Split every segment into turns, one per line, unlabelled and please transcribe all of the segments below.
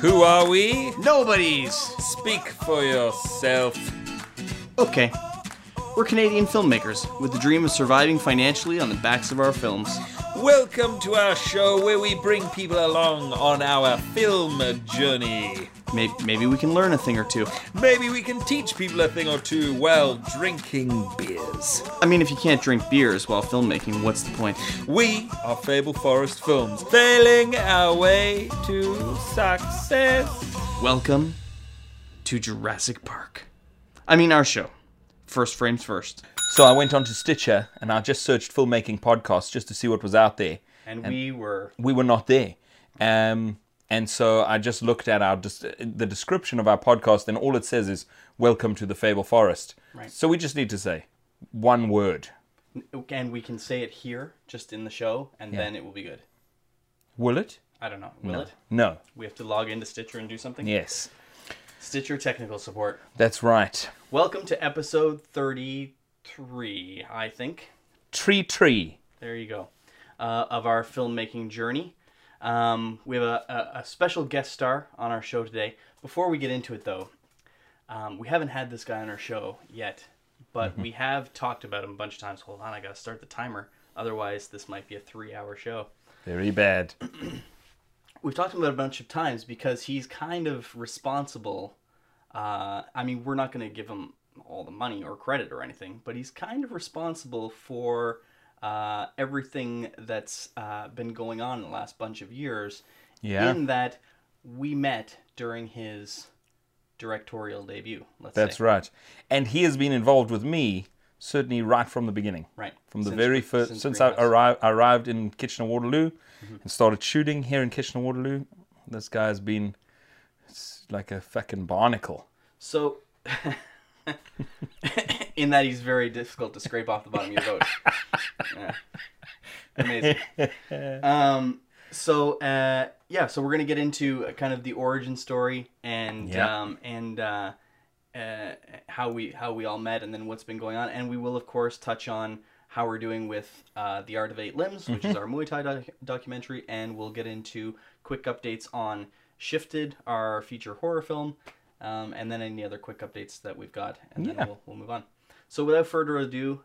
Who are we?
Nobody's!
Speak for yourself.
Okay. We're Canadian filmmakers with the dream of surviving financially on the backs of our films.
Welcome to our show where we bring people along on our film journey.
Maybe, maybe we can learn a thing or two.
Maybe we can teach people a thing or two while drinking beers.
I mean, if you can't drink beers while filmmaking, what's the point?
We are Fable Forest Films, sailing our way to success.
Welcome to Jurassic Park. I mean, our show. First frames first.
So I went on to Stitcher and I just searched filmmaking podcasts just to see what was out there.
And, we were.
we were not there. Um, and so I just looked at our dis- the description of our podcast, and all it says is "Welcome to the Fable Forest."
Right.
So we just need to say one word.
And we can say it here, just in the show, and then it will be good.
Will it?
I don't know. Will it?
No.
We have to log into Stitcher and do something?
Yes.
Stitcher technical support.
That's right.
Welcome to episode 33, I think.
Tree tree.
There you go. Uh, of our filmmaking journey. Um, we have a, a, a special guest star on our show today. Before we get into it, though, um, we haven't had this guy on our show yet, but we have talked about him a bunch of times. Hold on, I gotta start the timer. Otherwise, this might be a three hour show.
Very bad.
We've talked about it a bunch of times because he's kind of responsible. Uh, I mean, we're not going to give him all the money or credit or anything, but he's kind of responsible for uh, everything that's uh, been going on in the last bunch of years.
Yeah.
In that we met during his directorial debut. Let's
That's
say.
right. And he has been involved with me certainly right from the beginning.
Right.
From the
Since
very
we-
first,
since
since,
we
I
met. Mm-hmm.
arrived, arrived in Kitchener Waterloo and started shooting here in Kitchener Waterloo, this guy has been it's like a fucking barnacle.
So, in that he's very difficult to scrape off the bottom of your boat. Yeah. Amazing. Um, so, uh, yeah, so we're gonna get into uh, kind of the origin story and
Yeah.
um, and uh, uh, how we how we all met and then what's been going on, and we will of course touch on how we're doing with uh, the Art of Eight Limbs, which is our Muay Thai doc- documentary, and we'll get into quick updates on Shifted, our feature horror film, um, and then any other quick updates that we've got, and
Yeah.
then we'll, we'll move on. So without further ado,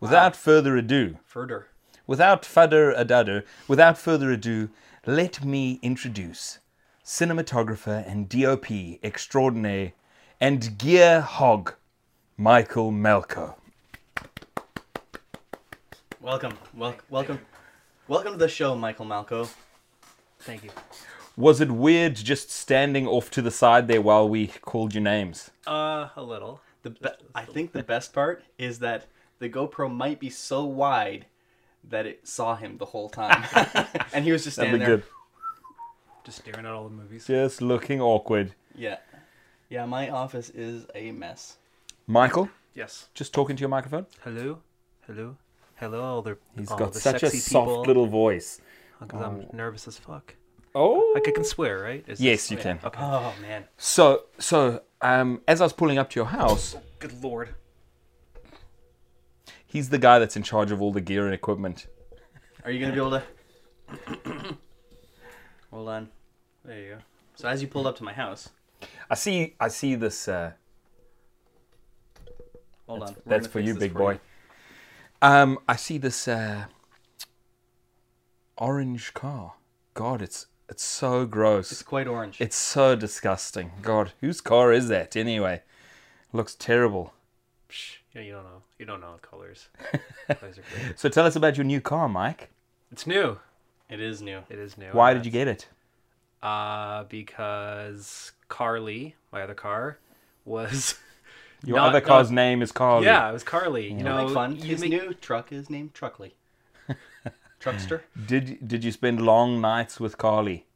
Without further ado,
further.
without further ado, without further ado, let me introduce cinematographer and DOP extraordinaire and gear hog, Michael Malco.
Welcome, wel- welcome, welcome to the show, Michael Malco.
Thank you.
Was it weird just standing off to the side there while we called your names?
Uh, a little.
The be- I think the best part is that the GoPro might be so wide that it saw him the whole time, and he was just standing
That'd be
there.
good.
Just staring at all the movies.
Just looking awkward.
Yeah, yeah. My office is a mess.
Michael,
Yes.
just talking to your microphone.
Hello, hello, hello. All the
He's
all
got
Oh, the
such a
sexy
soft
people.
little voice.
Because I'm nervous as fuck.
Oh.
Like I can swear, right? Is
Yes,
this-
you
okay.
can.
Okay.
Oh man.
So, so um, as I was pulling up to your house,
Good lord.
he's the guy that's in charge of all the gear and equipment.
Are you gonna be able to? Hold on.
There you go.
So as you pulled up to my house,
I see. I see this. Uh,
hold on. We're
that's
gonna
for
fix
you,
this
big
for
boy. Um, I see this uh, orange car. God, it's it's so gross.
It's quite orange.
It's so disgusting. God, whose car is that anyway? Looks terrible.
Psh, yeah, you don't know. You don't know colors. colors are great.
So tell us about your new car, Mike.
It's new.
It is new.
It is new.
Why did you get it?
Uh, because Carly, my other car, was.
Your
Not-
other
not-
car's name is Carly.
Yeah, it was Carly. You know,
Make fun.
Oh, You
His
make-
new truck is named Truckley. Truckster.
Did did you spend long nights with Carly?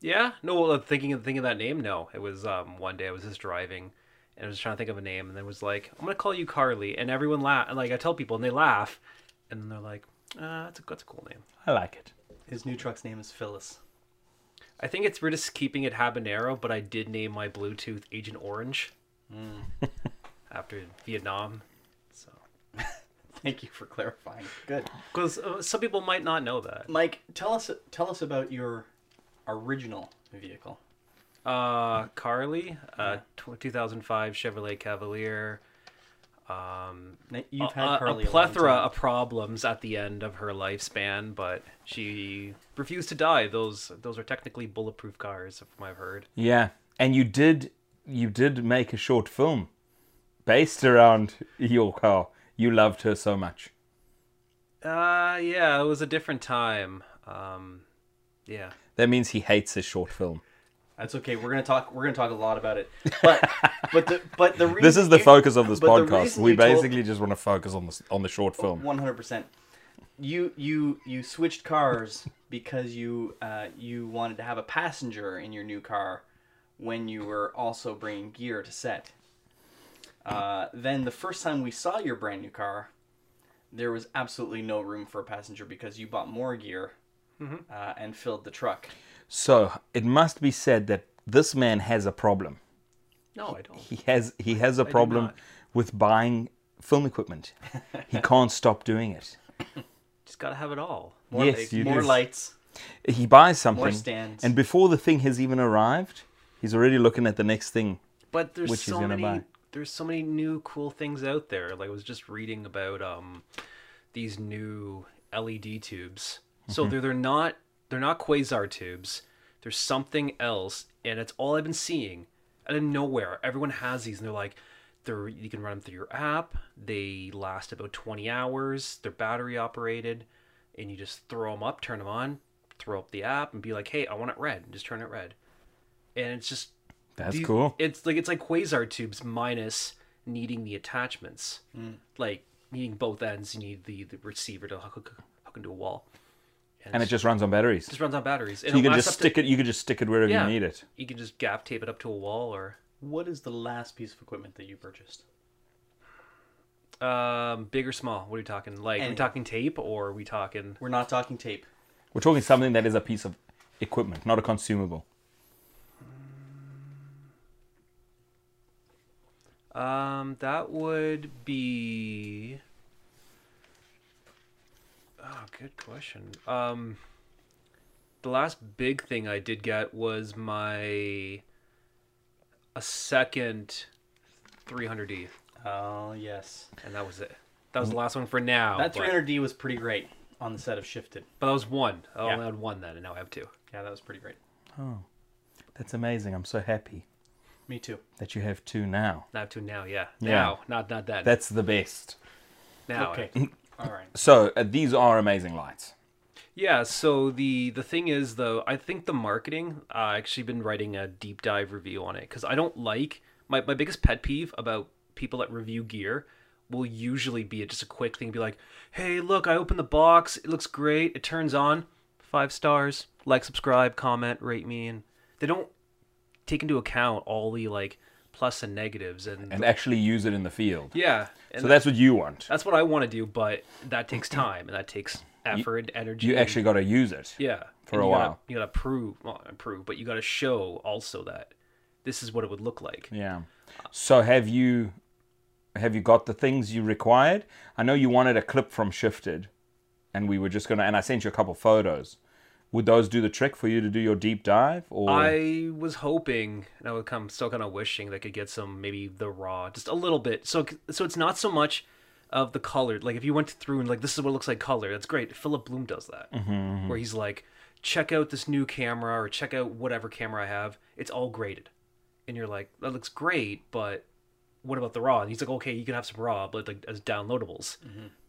Yeah, no, well, thinking of thinking of that name, no. It was um one day I was just driving, and I was trying to think of a name, and then was like, I'm gonna call you Carly, and everyone laugh. Like I tell people, and they laugh, and then they're like, uh, that's a that's a cool name.
I like it.
His new truck's name is Phyllis.
I think it's we're just keeping it habanero, but I did name my Bluetooth Agent Orange after Vietnam. So,
Thank you for clarifying. Good.
because uh, some people might not know that.
Mike, tell us tell us about your original vehicle?
Uh, Carly, uh, tw 2005 Chevrolet Cavalier.
Now, You've
a-
had
a,
Carly long
a plethora
time.
of problems at the end of her lifespan, but she refused to die. Those those are technically bulletproof cars, from what I've heard.
Yeah, and you did you did make a short film based around your car. You loved her so much.
Uh, yeah, it was a different time. Um, yeah.
That means he hates his short film.
That's okay. We're gonna talk. We're gonna talk a lot about it. But but the but the reason
This is the focus of this
but the
podcast.
reason
We
you told-
basically just want to focus on this on the short film.
One hundred percent. You you you switched cars because you uh, you wanted to have a passenger in your new car when you were also bringing gear to set. Uh, then the first time we saw your brand new car, there was absolutely no room for a passenger because you bought more gear uh, and filled the truck.
So it must be said that this man has a problem.
No, I don't.
He has he has a problem
not.
with buying film equipment. he can't stop doing it.
Just gotta have it all.
More
Yes,
lights,
you
more
do.
lights.
He buys something,
stands.
and before the thing has even arrived, he's already looking at the next thing.
But there's
Which he's
so
gonna
many
buy.
there's so many new cool things out there. Like I was just reading about um these new LED tubes. So
Mm-hmm.
they're they're not they're not quasar tubes. There's something else, and it's all I've been seeing out of nowhere. Everyone has these, and they're like, they're you can run them through your app. They last about 20 hours. They're battery operated, and you just throw them up, turn them on, throw up the app, and be like, hey, I want it red. Just turn it red, and it's just
That's
do you-
cool.
It's like it's like quasar tubes minus needing the attachments, like needing both ends. You need the, the receiver to hook, hook, hook into a wall.
and it just runs on batteries.
It just runs on batteries. And
you
it
can
lasts
just
up to-
stick it. You can just stick it wherever
Yeah.
you need it.
You can just gaff tape it up to a wall, or
What is the last piece of equipment that you purchased?
um, big or small. What are you talking? Like are we
Any.
talking tape, or are we talking?
We're not talking tape.
We're talking something that is a piece of equipment, not a consumable.
Um, that would be. Oh, good question. Um, the last big thing I did get was my a second 300D,
Oh yes.
and that was it. That was the last one for
Oh,
now.
That
but-
300D was pretty great on the set of Shifted.
but that was one. I
Yeah.
only had one then, and now I have two.
Yeah, that was pretty great.
Oh, That's amazing. I'm so happy
Me too.
that you have two now.
I have two now. Yeah,
Yeah.
now, not not then.
That's the best.
now.
okay. All right.
So uh, these are amazing lights.
Yeah, so the the thing is though, I think the marketing, uh, I actually been writing a deep dive review on it cuz I don't like my my biggest pet peeve about people that review gear will usually be just a quick thing be like, "Hey, look, I opened the box. It looks great. It turns on. 5 stars. Like, subscribe, comment, rate me." And they don't take into account all the like plus and negatives and,
and actually use it in the field.
yeah. And
so that's what you want.
that's what I want to do, but that takes time and that takes effort, and energy.
You
and-
actually got to use it.
yeah.
for
and
a
you gotta-
while.
you gotta prove, well, not prove, but you gotta show also that this is what it would look like.
Yeah. So have you have you got the things you required? I know you wanted a clip from Shifted, and we were just gonna. And I sent you a couple photos. Would those do the trick for you to do your deep dive? Or
I was hoping, and I would come still kind of wishing they could get some maybe the raw, just a little bit. So so it's not so much of the color. Like if you went through and like this is what it looks like color, that's great. Philip Bloom does that,
Mm-hmm,
where he's like, check out this new camera or check out whatever camera I have. It's all graded, and you're like, that looks great, but what about the raw? And he's like, okay, you can have some raw, but like as downloadables.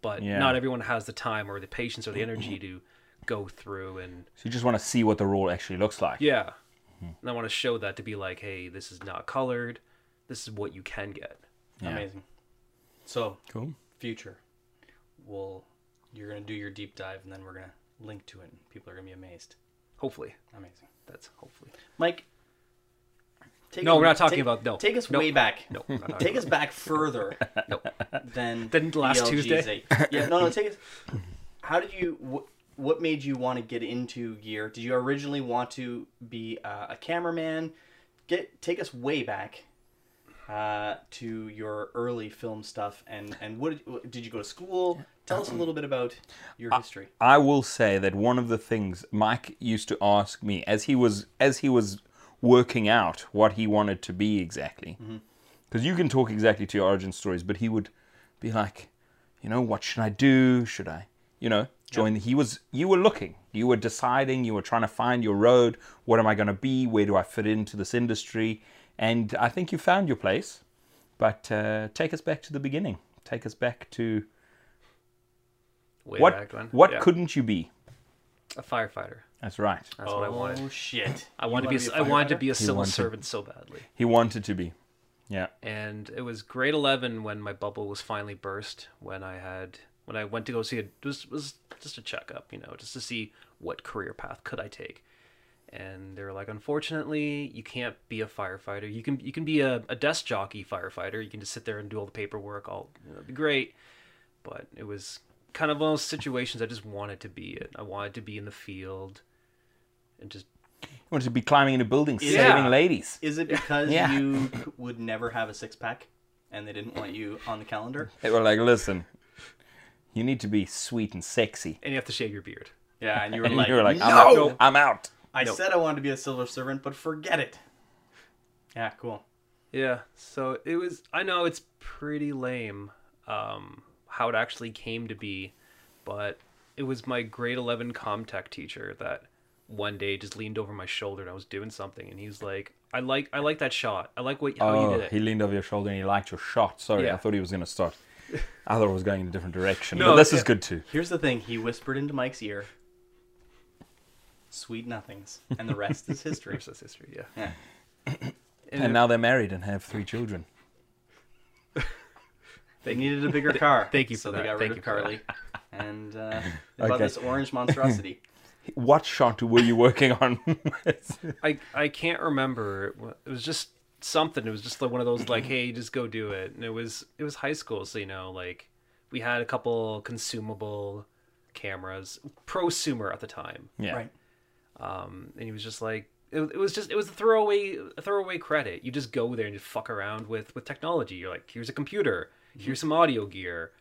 But
Yeah.
not everyone has the time or the patience or the energy to go through and
so you just want to see what the roll actually looks like.
yeah. And I want to show that to be like, hey, this is not colored. This is what you can get.
Amazing. So,
Cool.
future. We'll you're going to do your deep dive and then we're going to link to it and people are going to be amazed.
Hopefully.
Amazing.
That's hopefully.
Mike take
No,
us-
we're not talking
take-
about- no.
Take us
No.
way back.
No. we're not
Take
talking
us back further
about- no.
than E
Than last
BLGZ. Yeah, no, no, take us How did you wh- what made you want to get into gear? Did you originally want to be uh, a cameraman? Get take us way back uh, to your early film stuff, and and what did, did you go to school? Tell us a little bit about your
Uh,
history.
I will say that one of the things Mike used to ask me as he was as he was working out what he wanted to be exactly,
Mm-hmm.
because you can talk exactly to your origin stories, but he would be like, you know, what should I do? Should I, you know, join? The, he was you were looking, you were deciding, you were trying to find your road. What am I going to be? Where do I fit into this industry? And I think you found your place, but uh, take us back to the beginning. Take us back to
Way
what
back when.
what
Yeah.
couldn't you be?
a firefighter?
That's right.
That's what I wanted.
Oh shit!
I
You
wanted
wanna
to be. a I wanted to
firefighter?
be a civil
wanted-
servant so badly.
He wanted to be. Yeah.
and it was grade 11 when my bubble was finally burst when i had when i went to go see it was was just a checkup you know just to see what career path could i take and they were like unfortunately you can't be a firefighter you can you can be a, a desk jockey firefighter you can just sit there and do all the paperwork all you know, it'd be great but it was kind of one of those situations i just wanted to be it i wanted to be in the field and just
He wanted to be climbing in a building,
Yeah.
saving ladies.
Is it because
Yeah.
you c- would never have a six pack, and they didn't want you on the calendar?
They were like, listen, you need to be sweet and sexy.
and you have to shave your beard
Yeah, and you were
And
like,
you were like, I'm
no,
out. I'm out.
I
No.
said I wanted to be a silver servant, but forget it. Yeah, cool.
Yeah, so it was. I know it's pretty lame um, how it actually came to be, but it was my grade 11 Comtech teacher that one day just leaned over my shoulder and I was doing something, and he was like, "I like, I like that shot. I like what how you
Oh,
did
he
it."
leaned over your shoulder and he liked your shot. Sorry, I
Yeah.
thought he was going to start. I thought it was going in a different direction.
No,
but this
yeah.
is good too.
Here's the thing: he whispered into Mike's ear, "Sweet nothings," and the rest is history.
Versus history, yeah.
Yeah.
And,
And
it-
now they're married and have three children.
They needed a bigger car.
Thank you
So
for
they
that.
got
Thank
rid of
you for that.
Carly, and uh, they bought
Okay.
this orange monstrosity.
What shot were you working on?
I I can't remember. It wa- It was just something. It was just like one of those like, hey, just go do it. And it was it was high school, so you know, like we had a couple consumable cameras, prosumer at the time.
yeah.
Right.
Um, and he was just like, it, it was just it was a throwaway a throwaway credit. You just go there and just fuck around with with technology. You're like, here's a computer, here's some audio gear.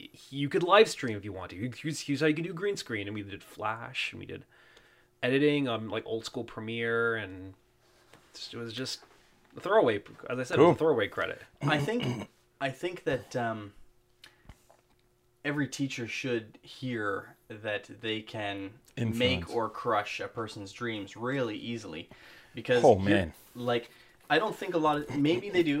Y- You could live stream if you want to. Here's, here's how you can do green screen. And we did Flash and we did editing on like old school Premiere and just- it was just a throwaway. As I said, it
Cool.
was a throwaway credit.
I think I think that um, every teacher should hear that they can
Influence.
make or crush a person's dreams really easily, because
Oh,
you-
man.
like I don't think a lot of maybe they do,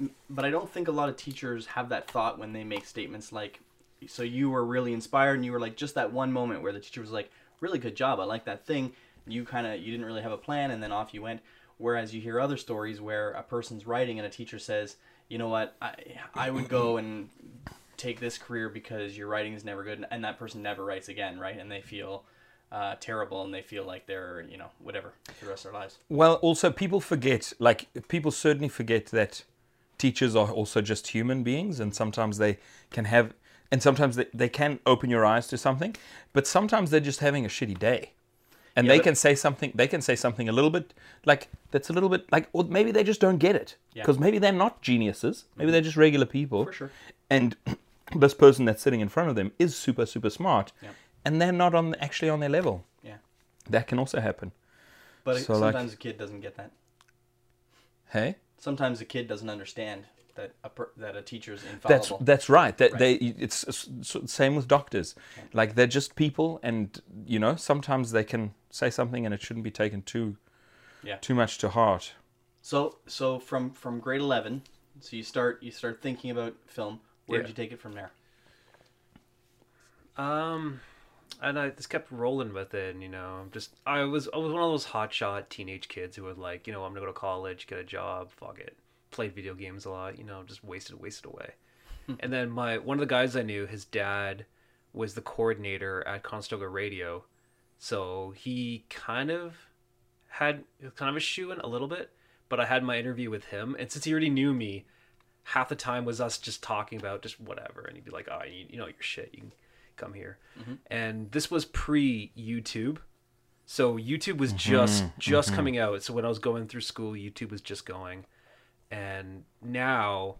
m- but I don't think a lot of teachers have that thought when they make statements like, "So you were really inspired," and you were like just that one moment where the teacher was like, "Really good job, I like that thing." You kind of you didn't really have a plan, and then off you went. Whereas you hear other stories where a person's writing and a teacher says, "You know what? I I would go and take this career because your writing is never good," and that person never writes again, right? And they feel uh, terrible, and they feel like they're you know whatever for the rest of their lives.
Well, also people forget, like people certainly forget that teachers are also just human beings, and sometimes they can have, and sometimes they, they can open your eyes to something, but sometimes they're just having a shitty day, and they
but-
can say something. They can say something a little bit like that's a little bit like, or maybe they just don't get it
Yeah. Mm-hmm.
because maybe they're not geniuses. Maybe they're just regular people.
For sure.
And this person that's sitting in front of them is super super smart,
Yep.
and they're not on actually on their level.
Yeah.
That can also happen.
But
So, like-
sometimes a kid doesn't get that.
Hey.
Sometimes a kid doesn't understand that a per- that a teacher's
That's
infallible.
that's right. That
Right.
they it's s- s- same with doctors. Like they're just people, and you know sometimes they can say something and it shouldn't be taken too
Yeah.
too much to heart.
so so from from grade eleven, so you start you start thinking about film. Where
Yeah.
did you take it from there?
Um, and I just kept rolling with it, and you know, just I was I was one of those hotshot teenage kids who would like, you know, I'm gonna go to college, get a job, fuck it. Played video games a lot, you know, just wasted wasted away. and then my one of the guys I knew, his dad was the coordinator at Conestoga Radio, so he kind of had kind of a shoe in a little bit. But I had my interview with him, and since he already knew me, half the time was us just talking about just whatever, and he'd be like, "Oh, you, you know your shit, you can come here." And this was pre YouTube, so YouTube was just just coming out. So when I was going through school, YouTube was just going, and now,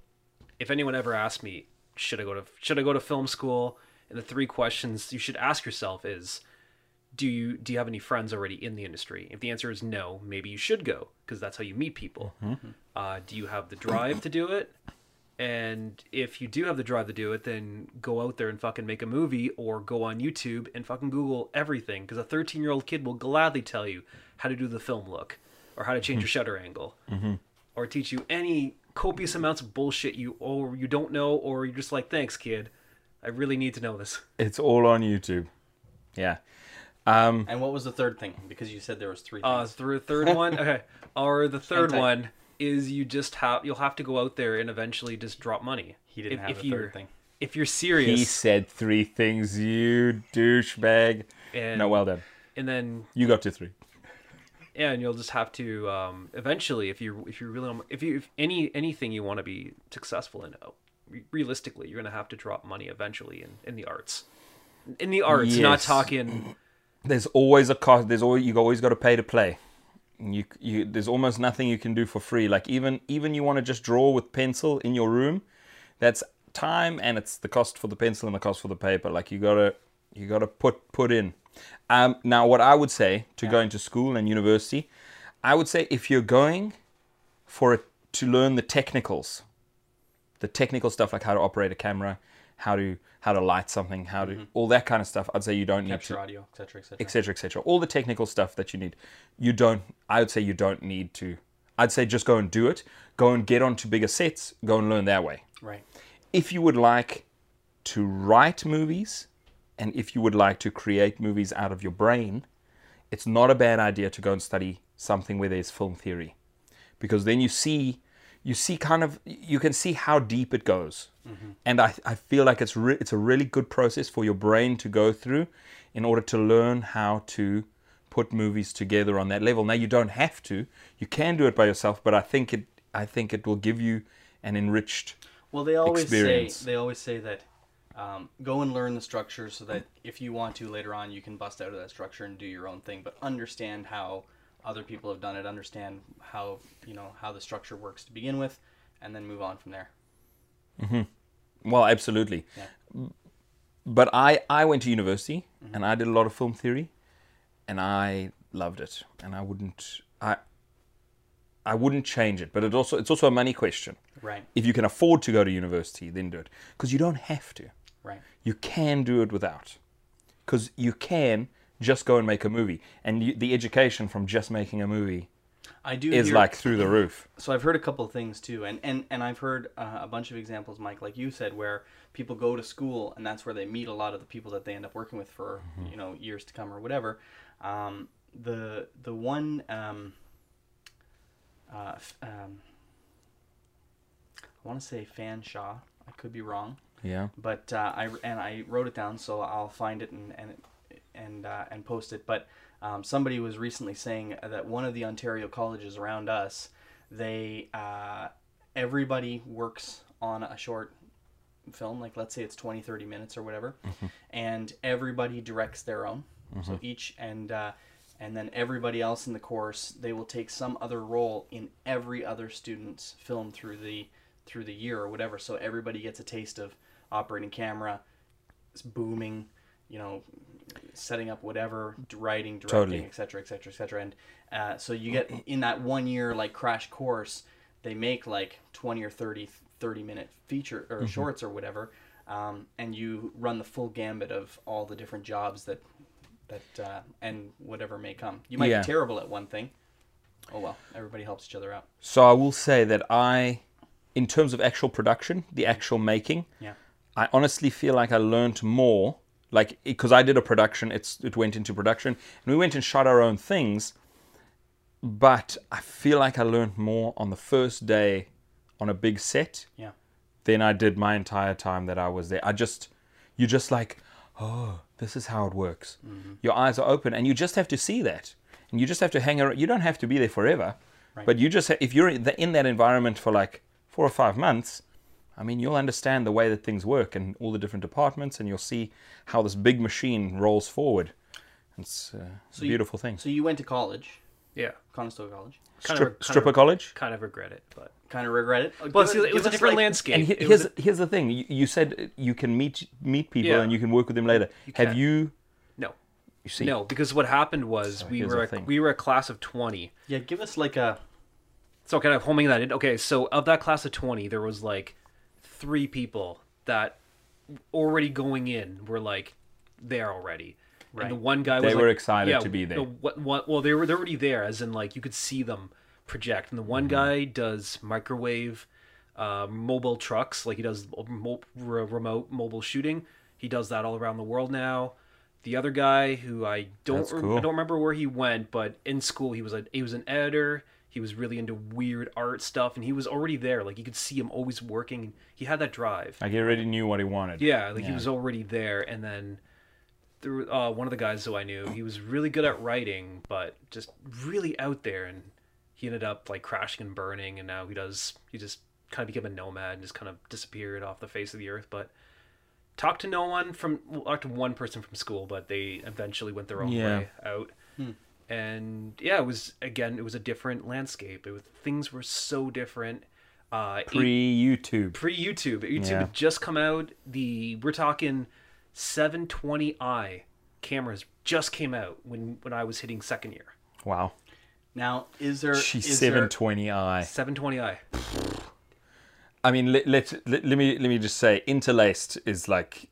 if anyone ever asked me, should I go to should I go to film school? And the three questions you should ask yourself is do you do you have any friends already in the industry? If the answer is no, maybe you should go because that's how you meet people. Uh, do you have the drive to do it? And if you do have the drive to do it, then go out there and fucking make a movie or go on YouTube and fucking Google everything because a 13 year old kid will gladly tell you how to do the film look or how to change your shutter angle
Mm-hmm.
or teach you any copious amounts of bullshit you or you don't know or you're just like thanks kid i really need to know this
It's all on YouTube. Yeah. Um,
And what was the third thing? Because you said there was three. Things.
uh through third one okay or the third
tight.
one is you just have you'll have to go out there and eventually just drop money
He didn't have a
you're-
third thing.
if you're
he
serious
said three things, you douchebag.
and,
No, well done.
and then
You got to three.
yeah, and you'll just have to um, eventually if you if you really if you if any anything you want to be successful in oh, re- realistically you're gonna have to drop money eventually in in the arts in the arts not
Yes.
talking
There's always a cost. There's always you always got to pay to play. You, you, there's almost nothing you can do for free. Like even even you want to just draw with pencil in your room, that's time and it's the cost for the pencil and the cost for the paper. Like you gotta you gotta put put in. Um, now what I would say to going to school and university, I would say if you're going for it to learn the technicals, the technical stuff like how to operate a camera, how to how to light something, how to all that kind of stuff. I'd say you don't need to
Capture audio, etc., etc.
etc etc all the technical stuff that you need you don't i would say you don't need to i'd say just go and do it go and get onto bigger sets go and learn that way
Right.
if you would like to write movies and if you would like to create movies out of your brain it's not a bad idea to go and study something where there's film theory because then you see you see kind of you can see how deep it goes and I, I feel like it's re- it's a really good process for your brain to go through in order to learn how to put movies together on that level now you don't have to you can do it by yourself but I think it I think it will give you an enriched
Well, they always
experience.
say they always say that um, go and learn the structure so that if you want to later on, you can bust out of that structure and do your own thing. But understand how other people have done it. Understand how you know how the structure works to begin with, and then move on from there.
Well, absolutely. But I, I went to university and I did a lot of film theory and I loved it. And I wouldn't I I wouldn't change it. But it also it's also a money question.
Right.
If you can afford to go to university, then do it. Because you don't have to.
Right.
You can do it without. Because you can just go and make a movie. And you, the education from just making a movie
I do.
is
hear-
like through the roof.
so I've heard a couple of things too, and and and I've heard uh, a bunch of examples, Mike, like you said, where people go to school and that's where they meet a lot of the people that they end up working with for you know years to come or whatever. Um, the the one um, uh, f- um, I want to say Fanshawe, I could be wrong,
Yeah.
but uh, I and I wrote it down, so I'll find it and and and uh, and post it. But um, somebody was recently saying that one of the Ontario colleges around us, they uh, everybody works on a short film like let's say it's 20 30 minutes or whatever and everybody directs their own so each and uh, and then everybody else in the course they will take some other role in every other student's film through the through the year or whatever so everybody gets a taste of operating camera s- booming you know setting up whatever d- writing directing
Totally.
etc etc etc and uh, so you get in that one year like crash course they make like 20 or 30 30 minute feature
Mm-hmm.
or shorts or whatever um, and you run the full gambit of all the different jobs that that uh, and whatever may come you might
Yeah.
be terrible at one thing oh well everybody helps each other out
So I will say that I, in terms of actual production, the actual making,
yeah
I honestly feel like I learned more, like because I did a production, it's it went into production, and we went and shot our own things. But I feel like I learned more on the first day on a big set
yeah
than I did my entire time that I was there. I just, you're just like, oh, this is how it works.
Mm-hmm.
Your eyes are open, and you just have to see that, and you just have to hang around. You don't have to be there forever,
Right.
but you just ha- if you're in the- in that environment for like four or five months, I mean, you'll understand the way that things work and all the different departments, and you'll see how this big machine rolls forward. It's, uh, it's a
you-
beautiful thing.
so you went to college
Yeah.
Conestoga College.
Kind of
Strip,
re- kind
stripper
of-
college.
Kind of regret it, but
Kind of regret it. Uh,
well,
Give
see, it
give
was a
us,
different
like-
landscape.
And he-
It
here's
was a-
here's the thing. You, you said you can meet meet people
Yeah.
and you can work with them later. Have
can.
you?
no,
You see?
no, because what happened was we
here's
were
the
a,
thing.
we were a class of twenty.
Yeah, give us like a
So kind of homing that in. Okay, so of that class of twenty, there was like three people that already going in were like there already. Right. And the one guy
They
was
were
like-
excited to be there.
the what, what, well, they were they're already there, as in like you could see them project. And the
Mm-hmm.
one guy does microwave, uh, mobile trucks, like he does mo- re- remote mobile shooting. He does that all around the world now. The other guy, who I don't
That's
rem-
cool.
I don't remember where he went, but in school he was a he was an editor. He was really into weird art stuff, and he was already there. Like you could see him always working. He had that drive.
Like he already knew what he wanted.
Yeah, like he was already there, and then there were- uh, one of the guys who I knew, he was really good at writing, but just really out there, and he ended up like crashing and burning, and now he does he just kind of became a nomad and just kind of disappeared off the face of the earth. But talked to no one from well, talked to one person from school, but they eventually went their own
Yeah.
way out. And yeah, it was again, it was a different landscape. It was things were so different. Uh,
Pre YouTube.
pre YouTube. YouTube
Yeah.
had just come out. The we're talking 720i cameras just came out when when I was hitting second year.
Wow.
now. Is there?
She's
is
seven
there-
twenty. I.
720i.
I mean, let, let let let me let me just say, interlaced is like,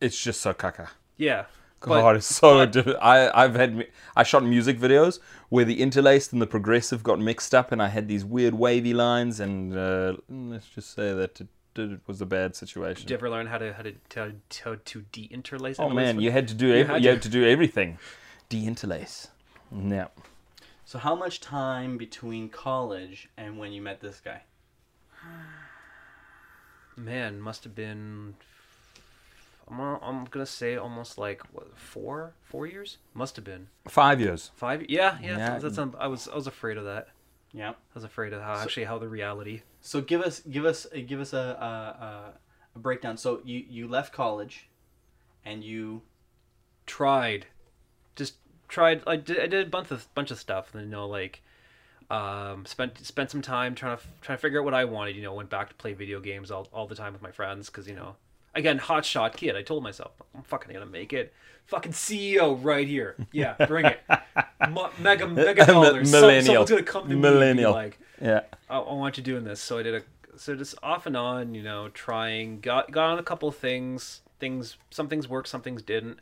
it's just so caca.
Yeah.
God,
But,
it's so. diff- I I've had mu- I shot music videos where the interlaced and the progressive got mixed up, and I had these weird wavy lines, and uh, let's just say that it, it was a bad situation.
did you ever learn how to how to how to, how to deinterlace?
oh man, you had to do ev-
had
you
to.
had to do everything, deinterlace. No,
So how much time between college and when you met this guy?
man must have been. I'm gonna- I'm gonna say almost like what, four four years. Must have been
five years.
five. Yeah, yeah.
Yeah.
That's, that's un- I was I was afraid of that.
Yeah.
I was afraid of how actually how the reality.
So give us give us uh, give us a a, a, a breakdown. So you you left college, and you
tried just tried i did, I did a bunch of bunch of stuff and you know like um spent spent some time trying to trying to figure out what i wanted you know went back to play video games all, all the time with my friends because you know again hot shot kid i told myself i'm fucking gonna make it fucking ceo right here yeah bring it Mo- mega mega dollars Some-
millennial.
someone's gonna come to me and be
Millennial.
like
Yeah.
I, I want you doing this. So I did a so just off and on, you know, trying got got on a couple things. Things some things worked, some things didn't,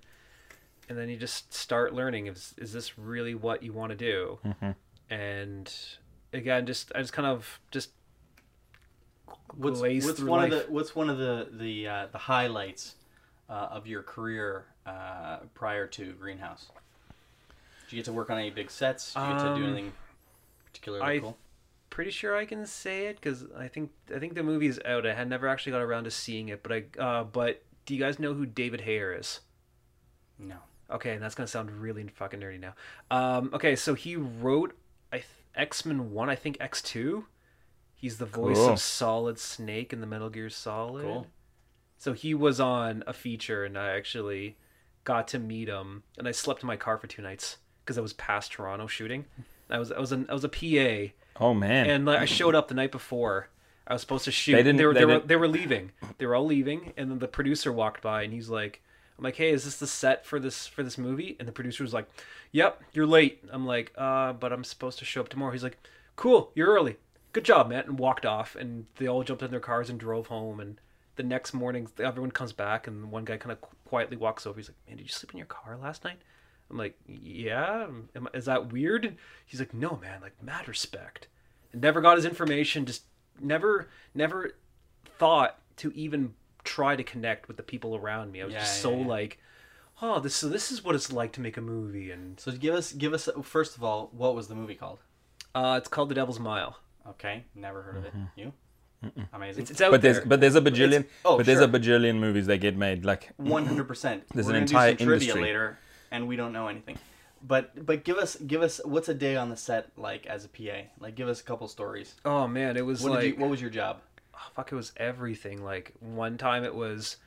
and then you just start learning. Is is this really what you want to do? And again, just I just kind of just
what's
glazed
what's
through
one
life.
of the what's one of the the uh, the highlights uh, of your career uh, prior to Greenhouse? Did you get to work on any big sets? Did you get to do
Um,
anything particularly
I-
cool?
pretty sure I can say it because I think I think the movie is out. I had never actually got around to seeing it, but I uh, but do you guys know who David Hare is?
No.
Okay, and that's gonna sound really fucking nerdy now. Um, okay, so he wrote I th- X Men One, I think X Two. He's the voice
Cool.
of Solid Snake in the Metal Gear Solid.
Cool.
So he was on a feature, and I actually got to meet him. And I slept in my car for two nights because I was past Toronto shooting. I was I was an, I was a PA,
Oh man.
and like, I showed up the night before. I was supposed to shoot.
They
They,
didn't-
were,
they
they, were,
didn't-
they were leaving. They were all leaving, and then the producer walked by, and he's like, "I'm like, hey, is this the set for this for this movie?" And the producer was like, "Yep, you're late." I'm like, "Uh, but I'm supposed to show up tomorrow." He's like, "Cool, you're early. Good job, Matt," and walked off. And they all jumped in their cars and drove home. And the next morning, everyone comes back, and one guy kind of quietly walks over. He's like, "Man, did you sleep in your car last night?" I'm like, yeah, am, is that weird? He's like, no, man, like mad respect. Never got his information. Just never, never thought to even try to connect with the people around me. I was
Yeah,
just
yeah,
so
yeah.
like, oh, this so this is what it's like to make a movie, and
So give us give us first of all, what was the movie called?
uh, it's called The Devil's Mile.
Okay, never heard of it. You? Amazing.
It's, it's out
but there's
there.
but there's a bajillion
oh,
but there's a
sure. Mm.
bajillion movies that get made like
One hundred percent.
There's
We're
an
gonna
entire
do some
industry.
trivia later, and we don't know anything. But but give us give us what's a day on the set like as a PA? Like give us a couple stories.
oh man, it was
What did
like
you, what was your job?
oh, fuck it was everything like one time it was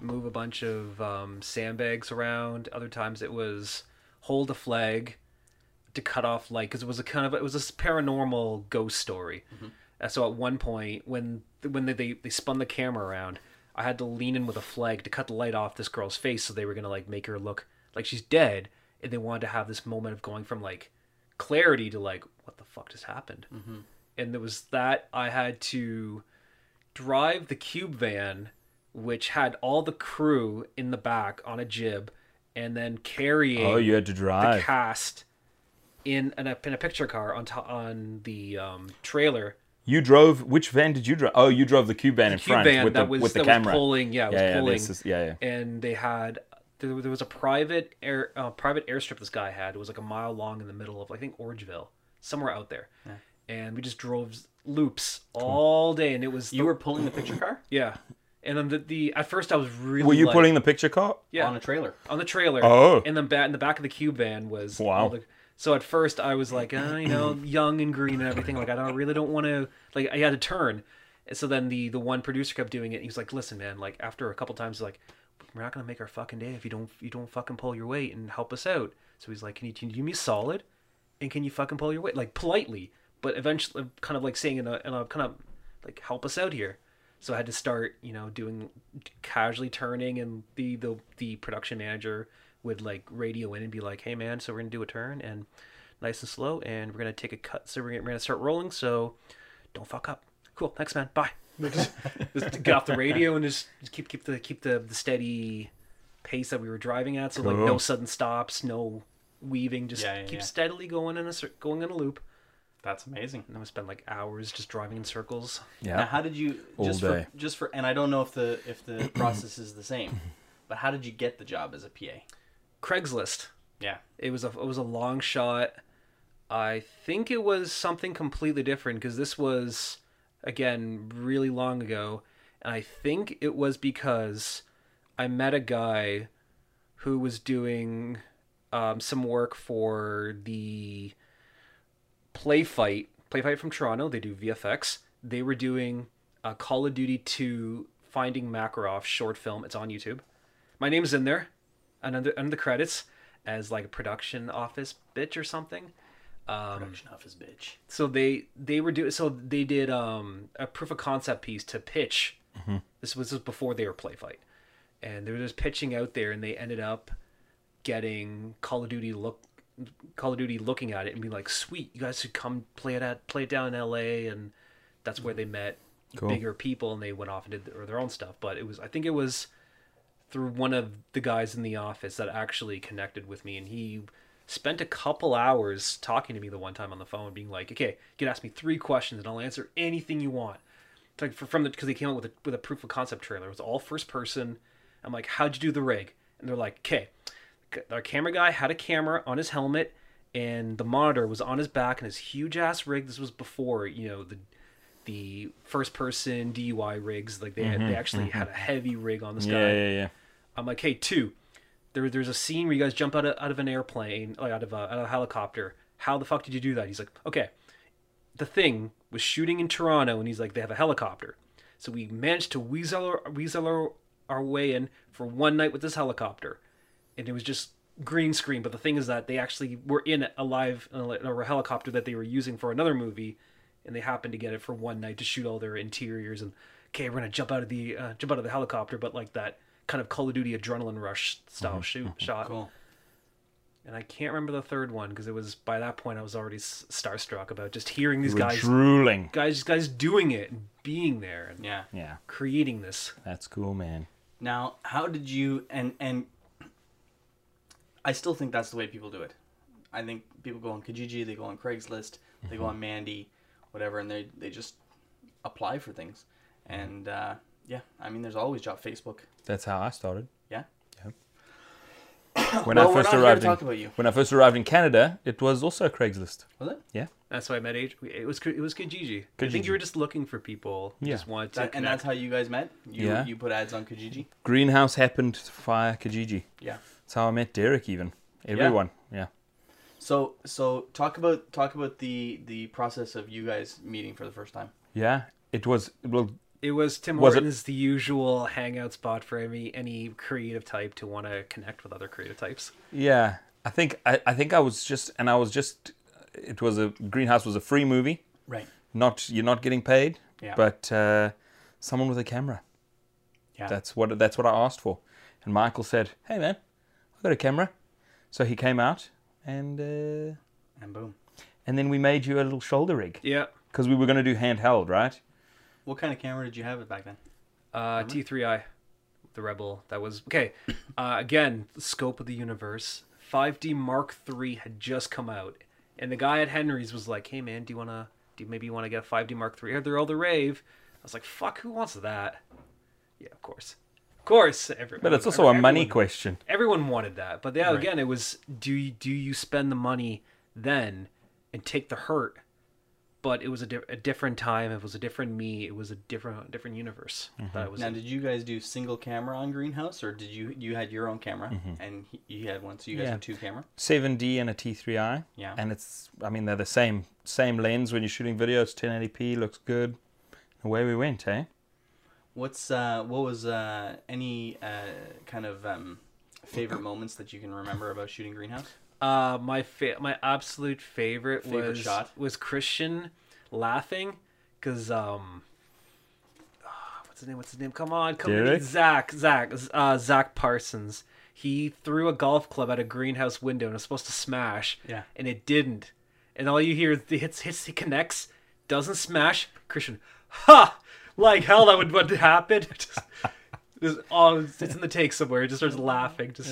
move a bunch of um, sandbags around other times it was hold a flag to cut off like because it was a kind of it was this paranormal ghost story. Uh, so at one point when when they, they they spun the camera around, I had to lean in with a flag to cut the light off this girl's face, so they were gonna like make her look like she's dead, and they wanted to have this moment of going from like clarity to like what the fuck just happened, and there was that I had to drive the cube van, which had all the crew in the back on a jib, and then carrying
Oh, you had to
the
drive.
cast in an in a picture car on top on the um, trailer.
You drove. Which van did you drive? Oh, you drove the cube van in
Cube
front
band
with the
that was
with the
that
camera.
was pulling, yeah, it was
yeah, yeah,
pulling,
this is- yeah, yeah.
and they had there, there was a private air uh, private airstrip this guy had. It was like a mile long in the middle of I think Orangeville, somewhere out there, and we just drove loops all day, and it was
You
the-
were pulling the picture car
yeah, and then the, the at first I was really
Were you
like,
pulling the picture car?
yeah
on a trailer.
on the trailer.
Oh.
And then ba- in the back of the cube van was
Wow.
all the- so at first I was like, uh, you know, young and green and everything. Like I don't I really don't want to. Like I had to turn. And so then the the one producer kept doing it. And he was like, listen, man. Like after a couple times, he's like, we're not gonna make our fucking day if you don't you don't fucking pull your weight and help us out. So he's like, can you can you do me solid? And can you fucking pull your weight like politely, but eventually kind of like saying in a, in a kind of like help us out here. So I had to start, you know, doing casually turning, and the the the production manager would like radio in and be like, "Hey man, so we're gonna do a turn and nice and slow, and we're gonna take a cut. So we're gonna, we're gonna start rolling. So don't fuck up. Cool. Thanks, man. Bye." just just get off the radio and just, just keep keep the keep the, the steady pace that we were driving at. So like no
Cool.
sudden stops, no weaving. Just
Yeah, yeah,
keep
yeah.
steadily going in a cir- going in a loop.
That's amazing.
And I would spend like hours just driving in circles.
Now,
Yeah.
how did you
All
just
day.
for just for and I don't know if the if the process is the same, but how did you get the job as a PA?
Craigslist.
Yeah,
It was a it was a long shot. I think it was something completely different because this was again really long ago, and I think it was because I met a guy who was doing um, some work for the Play Fight, Play Fight from Toronto. They do VFX. They were doing uh, Call of Duty 2 Finding Makarov short film. It's on YouTube. My name's in there, and under, under the credits as like a production office bitch or something. Um,
production office bitch.
so they they were doing so they did um, a proof of concept piece to pitch. This was just before they were Play Fight, and they were just pitching out there, and they ended up getting Call of Duty look Call of Duty looking at it and being like, "Sweet, you guys should come play it at play it down in L.A." And that's where they met
Cool.
bigger people, and they went off and did their, their own stuff. But it was I think it was through one of the guys in the office that actually connected with me, and he spent a couple hours talking to me the one time on the phone, being like, "Okay, you can ask me three questions, and I'll answer anything you want." It's like for, from the because they came up with a, with a proof of concept trailer. It was all first person. I'm like, "How'd you do the rig?" And they're like, "Okay, our camera guy had a camera on his helmet, and the monitor was on his back, and his huge ass rig. This was before you know the." The first person DUI rigs, like they, they actually had a heavy rig on this guy.
Mm-hmm, Yeah, yeah, yeah.
I'm like, hey, two, there, there's a scene where you guys jump out of, out of an airplane, like out of, a, out of a helicopter. How the fuck did you do that? He's like, okay, the thing was shooting in Toronto, and he's like, they have a helicopter. So we managed to weasel our, weasel our, our way in for one night with this helicopter. And it was just green screen. But the thing is that they actually were in a live in a, in a helicopter that they were using for another movie, and they happened to get it for one night to shoot all their interiors. And okay, we're gonna jump out of the uh, jump out of the helicopter, but like that kind of Call of Duty adrenaline rush style
Mm-hmm.
shoot shot.
Cool.
And I can't remember the third one because it was by that point I was already s- starstruck about just hearing these
You were
guys
drooling.
guys guys doing it and being there and
Yeah.
Yeah,
creating this.
that's cool, man.
Now, how did you and and I still think that's the way people do it. I think people go on Kijiji, they go on Craigslist, they go on Mandy, whatever, and they they just apply for things. And uh, yeah, I mean, there's always job Facebook.
That's how I started.
Yeah.
When I
Well, we're
first
not here to
arrived
talk
in,
about you.
when I first arrived in Canada, it was also Craigslist.
Was it?
Yeah.
That's why I met Adri- It was it was Kijiji. I think you were just looking for people. You
Yeah.
just wanted to
That, and that's
connect.
how you guys met. You,
Yeah.
You put ads on Kijiji.
Greenhouse happened via Kijiji.
Yeah.
That's how I met Derek. Even everyone. Yeah.
So so talk about talk about the the process of you guys meeting for the first time.
Yeah. It was well.
It was Tim
Was it-
Hortons, the usual hangout spot for any any creative type to want to connect with other creative types.
Yeah. I think I, I think I was just and I was just it was a Greenhouse was a free movie.
Right.
Not you're not getting paid,
Yeah.
but uh, someone with a camera.
Yeah.
That's what that's what I asked for. And Michael said, "Hey man, I've got a camera." So he came out and uh,
and boom.
and then we made you a little shoulder rig
Yeah.
because we were going to do handheld, right?
What kind of camera did you have it back then?
Mm-hmm.
Uh, T3i, the Rebel. That was okay. Uh, again, scope of the universe. 5D Mark III had just come out, and the guy at Henry's was like, "Hey man, do you wanna? Do you, maybe you wanna get a 5D Mark III? I heard they're all the rave." I was like, "Fuck, who wants that?" Yeah, of course, of course. Every,
But it's also a money
everyone,
question.
Everyone wanted that, but yeah,
Right.
again, it was do you, do you spend the money then and take the hurt? But it was a, di- a different time. It was a different me. It was a different different universe
Mm-hmm.
that I was
Now,
in.
did you guys do single camera on Greenhouse, or did you you had your own camera
Mm-hmm.
and he, you had one? So you guys
Yeah.
had two camera.
7D and a T3i.
Yeah.
And it's I mean they're the same same lens when you're shooting video. It's 1080p, looks good. Away we went, eh?
What's uh what was uh any uh kind of um favorite moments that you can remember about shooting Greenhouse?
Uh, my fa- my absolute favorite,
Favorite
was
shot?
was Christian laughing because um, ah, what's his name? What's his name? Come on, come
Derek?
on, Zach, Zach, uh, Zach Parsons. He threw a golf club at a greenhouse window and it was supposed to smash.
Yeah.
and it didn't. And all you hear is the hits, hits, he connects, doesn't smash. Christian, ha! Like hell, that would would happen. Just, just, oh, it's in the take somewhere. He just starts laughing. Just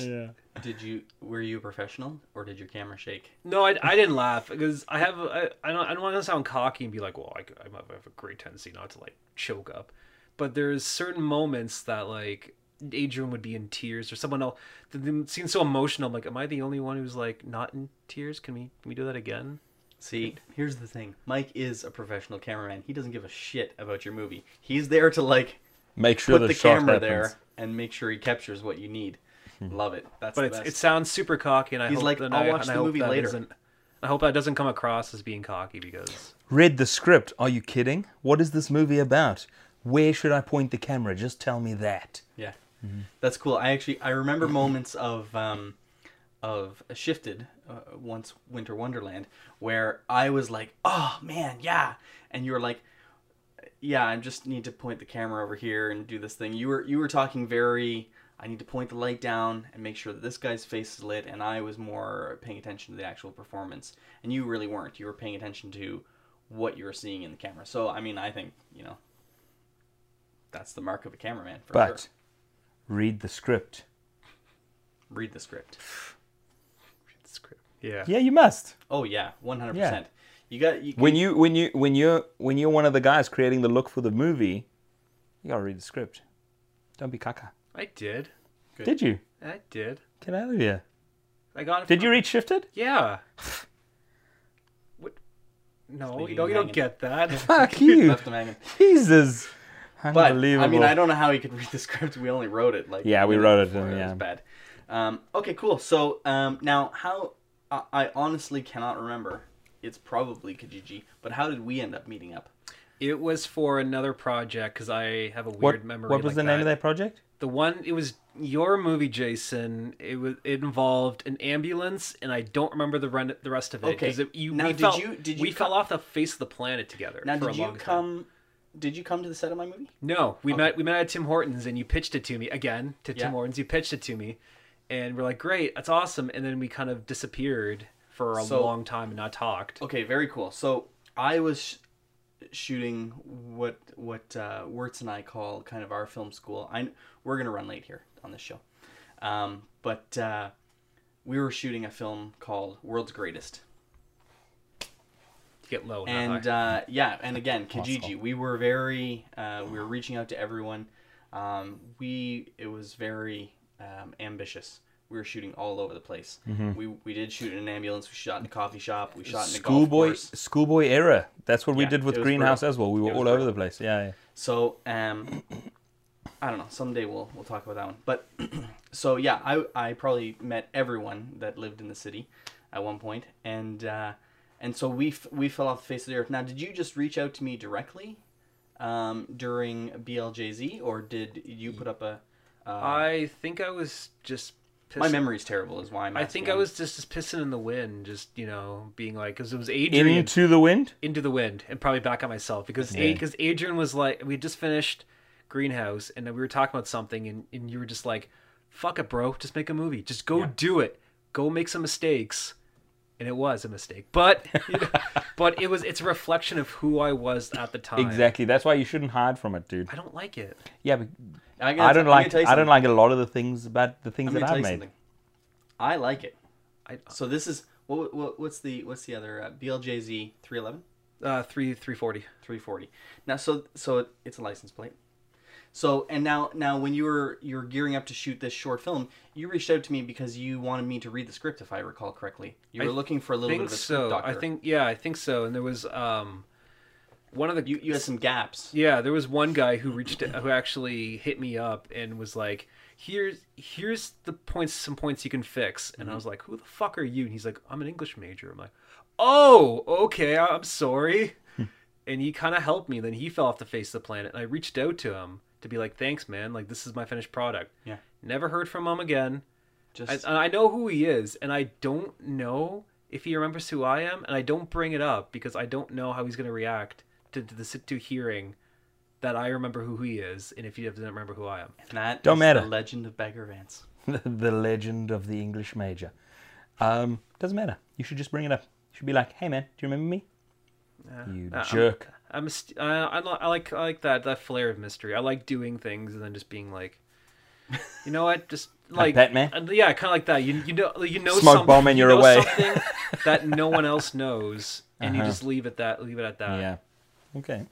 Did you were you a professional or did your camera shake?
No, I, I didn't laugh because I have I, I don't I don't want to sound cocky and be like, well, I, I might have a great tendency not to like choke up, but there's certain moments that like Adrian would be in tears or someone else. The, the scene's so emotional. I'm like, am I the only one who's like not in tears? Can we can we do that again?
See, here's the thing. Mike is a professional cameraman. He doesn't give a shit about your movie. He's there to like
Make sure
put the
shot
camera
happens.
there and make sure he captures what you need. Love it. That's
Mm-hmm. But
the
it's,
best.
it sounds super cocky, and I
He's
hope
like,
that
"I'll
I-
watch
and
the
I hope
movie
that
later."
isn't- I hope that doesn't come across as being cocky because
Read the script. Are you kidding? What is this movie about? Where should I point the camera? Just tell me that.
Yeah, that's cool. I actually I remember moments of um, of Shifted uh, once Winter Wonderland where I was like, oh man, yeah, and you were like, yeah, I just need to point the camera over here and do this thing. You were you were talking very. I need to point the light down and make sure that this guy's face is lit, and I was more paying attention to the actual performance, and you really weren't. You were paying attention to what you were seeing in the camera. So I mean, I think you know. That's the mark of a cameraman, for sure
But read the script.
read the script.
it's script. Yeah.
Yeah, you must.
Oh yeah, one hundred
Yeah.
percent. You got you.
When you when you when you're when you're one of the guys creating the look for the movie, you gotta read the script. Don't be caca.
I did.
Good.
Did you?
I did.
Get out of here.
I got it.
Did you read shifted?
Yeah. what? No,
leaving
you, no,
him
you don't
hanging.
get that.
Fuck you.
left him hanging.
Jesus.
But
Unbelievable.
I mean, I don't know how you could read the script. We only wrote it like
Yeah,
a
we
minute
wrote it,
before.
and yeah.
was bad. Um, okay, cool. So um, now how I, I honestly cannot remember. It's probably Kijiji, but how did we end up meeting up?
it was for another project because I have a weird
what,
memory.
what was
like
the name of
that.
that project?
The one it was your movie, Jason. It was it involved an ambulance, and I don't remember the run, the rest of it.
Okay,
'cause It, you,
now
we
did
fell,
you- did you
we
co-
fell off the face of the planet together.
Now,
for
did
a
you
long time.
come? Did you come to the set of my movie?
No, we met we met at Tim Hortons and you pitched it to me again to
Yeah.
Tim Hortons. You pitched it to me, and we're like, "Great, that's awesome!" And then we kind of disappeared for a
So-
long time and not talked.
Okay, very cool. So I was sh- shooting what what uh, Wirtz and I call kind of our film school. I we're gonna run late here on this show, um, but uh, we were shooting a film called World's Greatest,
Get low, not high.
and uh, yeah, and again Kijiji. We were very uh, we were reaching out to everyone. Um, we it was very um, ambitious. We were shooting all over the place. We, we did shoot in an ambulance. We shot in a coffee shop. We shot in a golf
Schoolboy
course.
Schoolboy era. That's what we
Yeah,
did with
it was
Greenhouse
brutal.
as well. We were
was
all over the place. Yeah, yeah.
So um, I don't know. Someday we'll we'll talk about that one. But so yeah, I I probably met everyone that lived in the city at one point, and uh, and so we f- we fell off the face of the earth. Now, did you just reach out to me directly um, during BLJZ, or did you put up a? Uh,
I think I was just pissing.
My memory's terrible, is why I'm.
I
asking.
think I was just, just pissing in the wind, just you know, being like, because it was Adrian into,
Into the wind?
the wind, and probably back on myself because
Yeah.
because Adrian was like, we had just finished Greenhouse, and then we were talking about something, and, and you were just like, fuck it, bro, just make a movie, just go do it, go make some mistakes, and it was a mistake, but but it was it's a reflection of who I was at the
Oh,
time.
Exactly. That's why you shouldn't hide from it, dude.
I don't like it.
Yeah, but
I'm gonna
I
t- I'm
don't
gonna
like
tell you
I don't
something.
like a lot of the things about the things
I'm
that
gonna tell
I've
you
made.
something. I like it.
I
So this is what, what what's the what's the other uh, BLJZ three eleven.
uh three three forty.
340. Now, so so it, it's a license plate. So and now now when you were you're gearing up to shoot this short film, you reached out to me because you wanted me to read the script, if I recall correctly. You
I
were looking for a little bit
think
of a script
so. I
doctor.
think yeah, I think so. And there was um one of the
you you had some gaps.
Yeah, there was one guy who reached who actually hit me up and was like, "Here's here's the points some points you can fix."
Mm-hmm.
And I was like, "Who the fuck are you?" And he's like, "I'm an English major." I'm like, "Oh, okay, I'm sorry."
Hmm.
and he kind of helped me. Then he fell off the face of the planet, and I reached out to him to be like, "Thanks, man. Like this is my finished product."
Yeah.
Never heard from him again. I,
Just
and I know who he is, and I don't know if he remembers who I am, and I don't bring it up because I don't know how he's going to react to, to the sit- to hearing that I remember who he is, and if he doesn't remember who I am.
and that
Don't
is
matter.
The legend of Beggar Vance.
the legend of the English major. Um, doesn't matter. You should just bring it up. You should be like, "Hey, man, do you remember me?" you
uh, I'm-
jerk.
I'm a st- I, I, li- I like I like that that flair of mystery. I like doing things and then just being like, you know what, just like
Batman?
and yeah, kind of like that. You you know you know
Smoke
some-
bomb and
you
you're
know
away.
something that no one else knows, and you just leave it that leave it at
uh.
that.
yeah. Okay.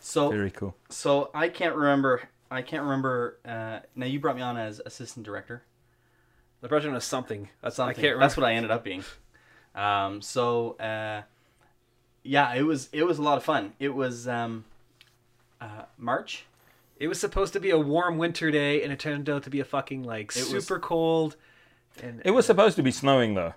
So
Very cool.
so I can't remember. I can't remember. Uh, now you brought me on as assistant director.
The president of something. That's
something.
I can't remember.
That's what I ended up being. Um, so uh, yeah, it was it was a lot of fun. It was um, uh, March.
It was supposed to be a warm winter day, and it turned out to be a fucking like
It was-
super cold. And
It was supposed to be snowing though.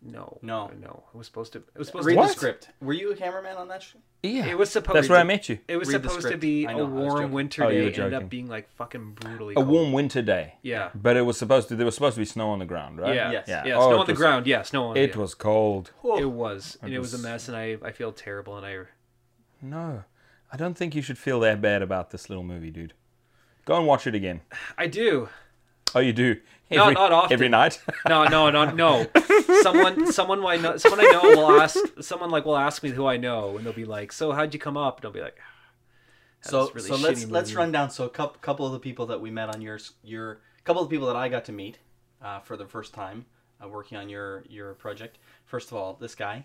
no,
No.
no. It was supposed to. It was supposed
Read
to.
What?
the script. Were you a cameraman on that? Sh-
Yeah.
It was supposed.
That's where I met you.
It was
Read the
supposed to
script.
be
I know, I
a
was
warm
joking.
winter
Oh, you
day.
were
It ended
joking.
up being like fucking brutally.
A
cold.
warm winter day.
Yeah.
But it was supposed to. There was supposed to be snow on the ground, right?
Yeah.
Yes.
Yeah.
Oh,
snow
it
on the
was-
ground. Yeah. Snow on.
It
yeah.
was cold.
It was. And it was a
was-
mess, and I I feel terrible, and I
No, I don't think you should feel that bad about this little movie, dude. Go and watch it again.
I do.
Oh, you do. Every,
No, not often.
Every night.
No, no, no, no. Someone, someone, I know, someone I know will ask. Someone like will ask me who I know, and they'll be like, "So how'd you come up?" And I'll be like, "That
So
was really
so let's
shitty
let's
movie."
run down. So a couple couple of the people that we met on your s- your couple of the people that I got to meet uh, for the first time uh, working on your your project. First of all, this guy.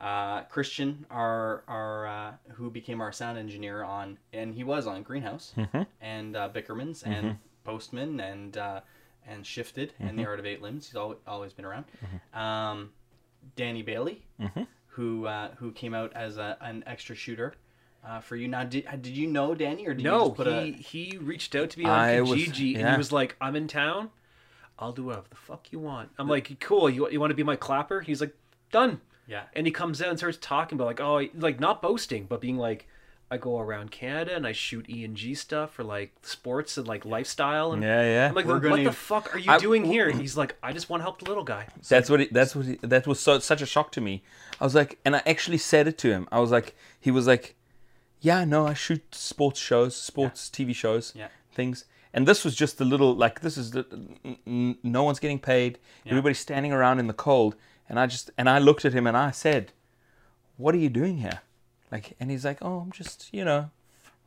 Uh, Christian, our our uh, who became our sound engineer on, and he was on Greenhouse and uh, Bickerman's and Postman and uh, and Shifted and The Art of Eight Limbs. He's always, always been around. Um, Danny Bailey,
Mm-hmm.
who uh, who came out as a, an extra shooter uh, for you. Now, did did you know Danny, or did you
No,
just put
he
a
he reached out to me on
I
I
was-
and
yeah.
he was like, "I'm in town. I'll do whatever the fuck you want." I'm like, "Cool. You you want to be my clapper?" He's like, "Done."
yeah?
And he comes out and starts talking about like, oh, like not boasting, but being like, I go around Canada and I shoot E and G stuff for like sports and like lifestyle. And
yeah, yeah.
I'm like,
We're
what
gonna- e-"
the fuck are you
I-
doing here? And he's like, I just want to help the little guy.
That's what. It, that's what. It, that was so, such a shock to me. I was like, and I actually said it to him. I was like, he was like, yeah, no, I shoot sports shows, sports TV shows,
Yeah.
things. And this was just the little like this is the, n- n- no one's getting paid. Everybody's standing around in the cold, and I just and I looked at him and I said, "What are you doing here?" Like, and he's like, "Oh, I'm just you know,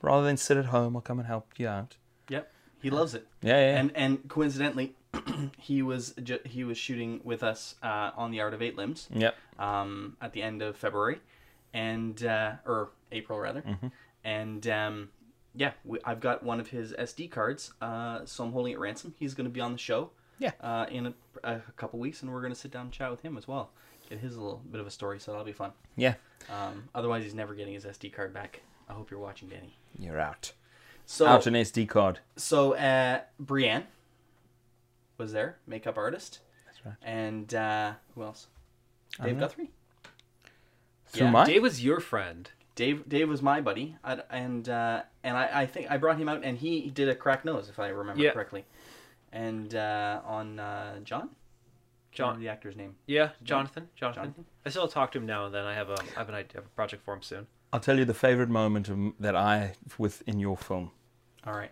rather than sit at home, I'll come and help you out."
Yep, he loves it.
Yeah, yeah.
And and coincidentally, he was ju- he was shooting with us uh, on the Art of Eight Limbs.
Yep.
um, at the end of February, and uh, or April rather,
Mm-hmm.
and um, yeah, we, I've got one of his SD cards, uh, so I'm holding it ransom. He's going to be on the show,
Yeah.
uh, in a, a couple weeks, and we're going to sit down and chat with him as well, get his little bit of a story. So that'll be fun.
Yeah.
Um, otherwise, he's never getting his SD card back. I hope you're watching, Danny.
You're out.
So
Out an SD card.
so uh, Brienne was there, makeup artist. That's
right.
And uh, who else?
don't
Dave
know.
Guthrie.
Through
Yeah,
my
Dave was your friend.
Dave Dave was my buddy, I, and uh, and I, I think I brought him out, and he did a crack nose, if I remember
Yeah.
correctly. and uh, on uh, John.
John-
Remember the actor's name.
Yeah, Jonathan. Jonathan.
Jonathan.
I still talk to him now and then. I have a I have an idea, have a project for him soon.
I'll tell you the favorite moment of, that I with in your film
All right.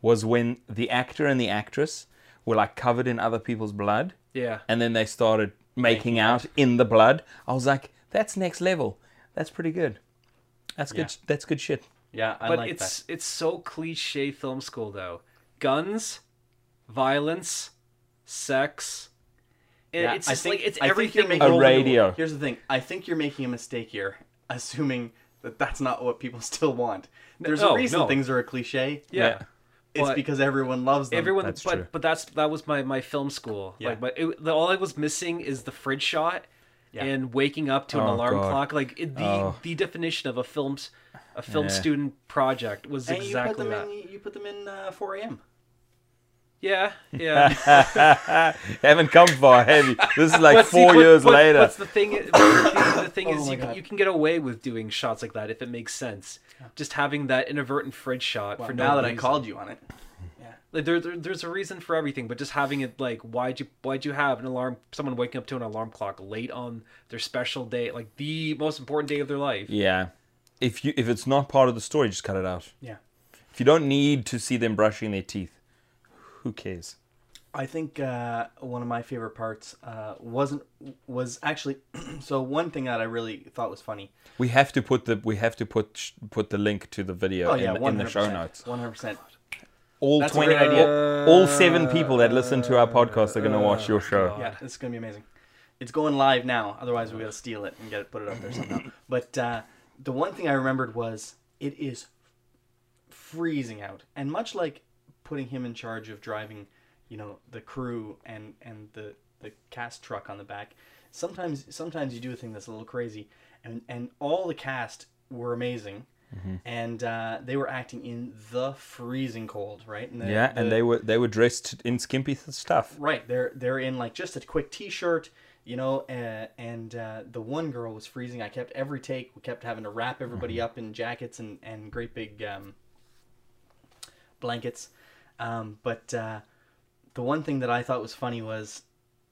was when the actor and the actress were like covered in other people's blood,
Yeah.
and then they started making out in the blood. I was like, that's next level. That's pretty good. That's good. That's good shit.
Yeah, I
but
like
it's it's so cliche film school though. Guns, violence,
that.
sex. It-
Yeah,
it's
I
just
think-
like it's
I think you're
everything.
making-
A
rolled into
radio.
Here's the thing. I think you're making a mistake here, assuming that that's not what people still want. There's
no,
a reason
oh, no.
things are a cliche.
Yeah.
Yeah.
It's
But-
because everyone loves them.
Everyone,
That's
but
true.
but that's that was my my film school.
Yeah.
Like, but it, the, all I was missing is the fridge shot
Yeah.
and waking up to an
Oh,
alarm
God.
clock. Like it, the
Oh.
the definition of a film's a film
Yeah.
student project was
and you put
exactly
them
that.
in. You put them in uh, 4 a.m.
Yeah, yeah.
Haven't come far, have you? This is like
But see,
four
what-
years
what-
later.
What's the thing? is- The, the thing
Oh
is,
my
you, can-
God.
you can get away with doing shots like that if it makes sense. Just having that inadvertent fridge shot
Well,
for no
now that I
reason.
called you on it.
like, there, there, there's a reason for everything, but just having it like, why'd you why'd you have an alarm? Someone waking up to an alarm clock late on their special day, like the most important day of their life.
yeah. If you if it's not part of the story, just cut it out.
Yeah.
If you don't need to see them brushing their teeth, who cares?
I think uh, one of my favorite parts uh, wasn't was actually so one thing that I really thought was funny.
We have to put the we have to put sh- put the link to the video
Oh
in,
yeah,
the,
one
in the show notes.
One hundred percent.
All
That's a
twenty,
great idea.
All, all seven people that listen to our podcast are going to watch your show.
Yeah, it's gonna be amazing. It's going live now. Otherwise, we gotta steal it and get it put it up there somehow. but uh, the one thing I remembered was it is freezing out, and much like putting him in charge of driving, you know, the crew and and the the cast truck on the back. Sometimes sometimes you do a thing that's a little crazy, and and all the cast were amazing.
Mm-hmm.
And uh, they were acting in the freezing cold, right? And the-
Yeah, and
the-
they were they were dressed in skimpy th- stuff.
Right. They're they're in like just a quick T-shirt, you know, uh, and uh, the one girl was freezing. I kept every take. We kept having to wrap everybody up in jackets and and great big um, blankets. Um, but uh, the one thing that I thought was funny was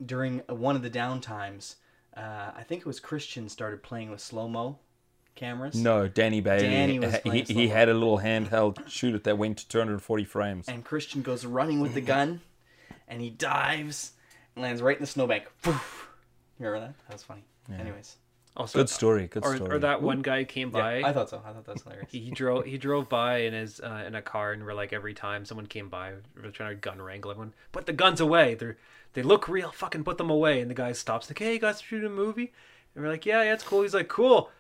during one of the downtimes, uh, I think it was Christian started playing with slow mo cameras.
No, Danny Bailey.
Danny was
he-
playing
he,
slow-mo.
had a little handheld shooter that went to 240 frames.
and Christian goes running with the gun, and he dives and lands right in the snowbank. Poof. You remember that? That was funny. Anyways,
Also, uh,
Good story. Good
or,
story.
or that one guy who came by.
I thought so. I thought that was hilarious.
he drove he drove by in his uh, in a car and we're like every time someone came by we we're trying to gun wrangle everyone put the guns away they're they look real fucking put them away and the guy stops like hey you guys shooting a movie and we're like yeah yeah it's cool he's like cool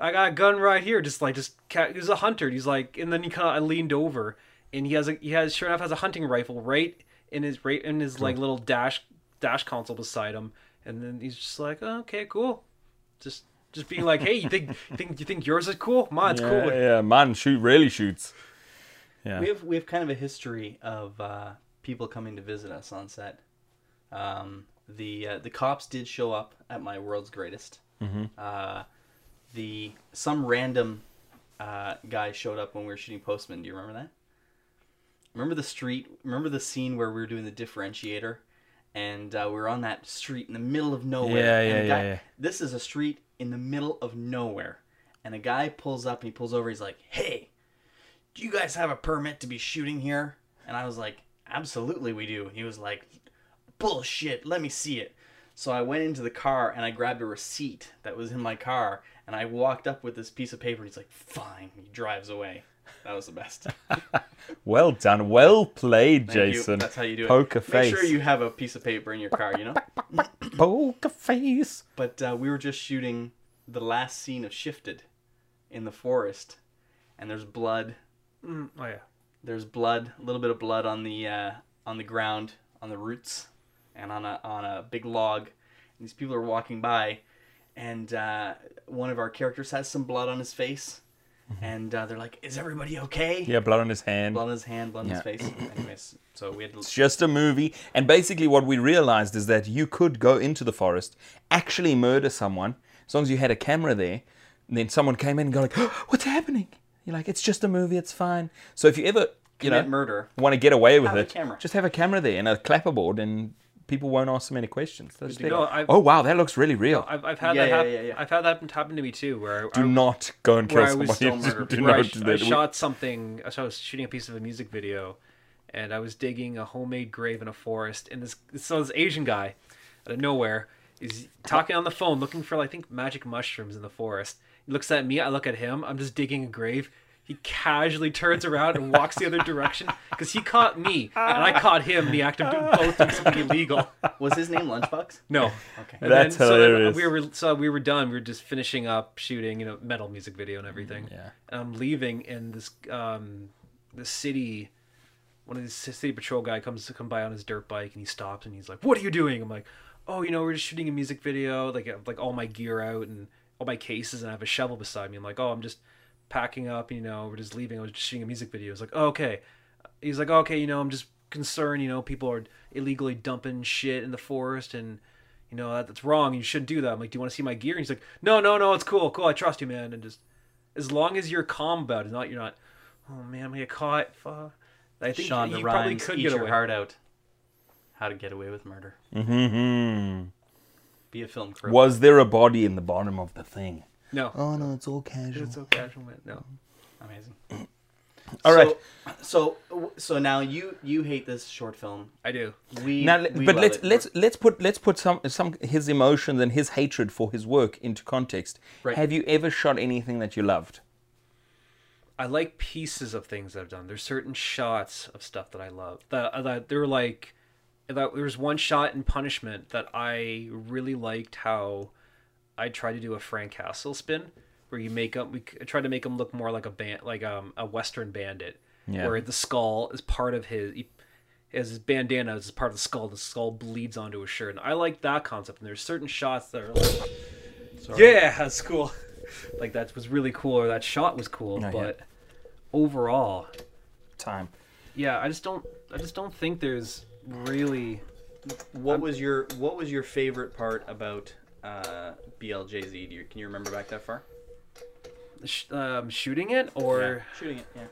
I got a gun right here just like just ca- he's a hunter he's like and then he kind of leaned over and he has a he has sure enough has a hunting rifle right in his right in his like little dash dash console beside him and then he's just like "Oh, okay cool just just being like hey you think you think you think yours is cool mine's
yeah,
cool
yeah, man, shoot really shoots. Yeah.
We have we have kind of a history of uh, people coming to visit us on set. Um, the uh, the cops did show up at my world's greatest.
Mm-hmm.
Uh, the some random uh, guy showed up when we were shooting Postman. Do you remember that? Remember the street? Remember the scene where we were doing the differentiator, and uh, we were on that street in the middle of nowhere.
Yeah,
and
yeah,
a
yeah,
guy-
yeah.
This is a street in the middle of nowhere, and a guy pulls up and he pulls over. He's like, "Hey, do you guys have a permit to be shooting here? And I was like, absolutely we do. And he was like, bullshit, let me see it. So I went into the car and I grabbed a receipt that was in my car and I walked up with this piece of paper and he's like, fine. He drives away. That was the best.
Well done. Well played,
Thank you.
Jason.
That's how you do it.
Poker face.
Make sure you have a piece of paper in your car, you know?
Poker face.
But uh, we were just shooting the last scene of Shifted in the forest and there's blood
Mm, oh yeah.
there's blood, a little bit of blood on the uh, on the ground, on the roots, and on a on a big log. And these people are walking by, and uh, one of our characters has some blood on his face, and uh, they're like, "Is everybody okay?"
Yeah, blood on his hand.
Blood on his hand, blood on
Yeah.
his face. Anyways, so we had to
It's just a movie. And basically, what we realized is that you could go into the forest, actually murder someone, as long as you had a camera there. And then someone came in and go like, "What's happening?" You're like, "It's just a movie. It's fine." So if you ever you
commit
know,
murder.
want to get away with
Have a
it,
camera.
just have a camera there and a clapperboard, and people won't ask so many questions. They'll just
to
be
go.
like,
I've-
oh wow, that looks really real.
I've, I've had
Yeah,
that
yeah,
happen.
yeah, yeah.
I've had that happen to me too, where
do
I,
not go and kill
where I
somebody.
was still
Just
murdered.
do
Where I,
not
sh-
do
I
that. We-
shot something. So I was shooting a piece of a music video, and I was digging a homemade grave in a forest. And this so this Asian guy, out of nowhere, is talking on the phone, looking for I think magic mushrooms in the forest. He looks at me. I look at him. I'm just digging a grave. He casually turns around and walks the other direction because he caught me and I caught him. in The act of doing both doing something illegal.
Was his name Lunchbox?
No.
Okay.
And
That's
then, so then
hilarious.
we were so we were done. We were just finishing up shooting, you know, metal music video and everything.
yeah.
And I'm leaving, and this um, the city, one of these city patrol guy comes to come by on his dirt bike, and he stops, and he's like, "What are you doing?" I'm like, "Oh, you know, we're just shooting a music video. Like, I have, like all my gear out and all my cases, and I have a shovel beside me. I'm like, oh, I'm just packing up. You know, we're just leaving. I was just shooting a music video. It's like, oh, okay he's like, okay, you know, I'm just concerned. You know, people are illegally dumping shit in the forest, and you know that, that's wrong. You shouldn't do that. I'm like, do you want to see my gear? And he's like, no, no, no, it's cool, cool. I trust you, man. And just as long as you're calm about it, not you're not. Oh man, I'm gonna get caught. Fuck. I think
Sean
you
the
probably
Rhymes,
could
Eat
get
Your
away.
Heart Out. How to Get Away with Murder.
Mhm.
Be a film crew.
Was there a body in the bottom of the thing?
No,
Oh no, it's all casual.
it's so casual, man. No.
Amazing.
All right.
So, so so now you you hate this short film.
I do.
We
Now,
we
but
love
let's
it.
let's let's put let's put some some his emotions and his hatred for his work into context.
Right.
Have you ever shot anything that you loved?
I like pieces of things that I've done. There's certain shots of stuff that I love. That uh, that there were like, that there was one shot in Punishment that I really liked how I tried to do a Frank Castle spin where you make up. We c- tried to make him look more like a band, like um, a Western bandit,
Yeah.
where the skull is part of his. He, as his bandana is part of the skull, the skull bleeds onto his shirt, and I like that concept. And there's certain shots that are like, yeah, that's cool. like that was really cool, or that shot was cool.
yeah.
but overall,
Time.
yeah, I just don't. I just don't think there's really.
um,
What was your what was your favorite part about uh, BLJZ? Do you, can you remember back that far?
sh- Um, shooting it or
shooting it. Yeah.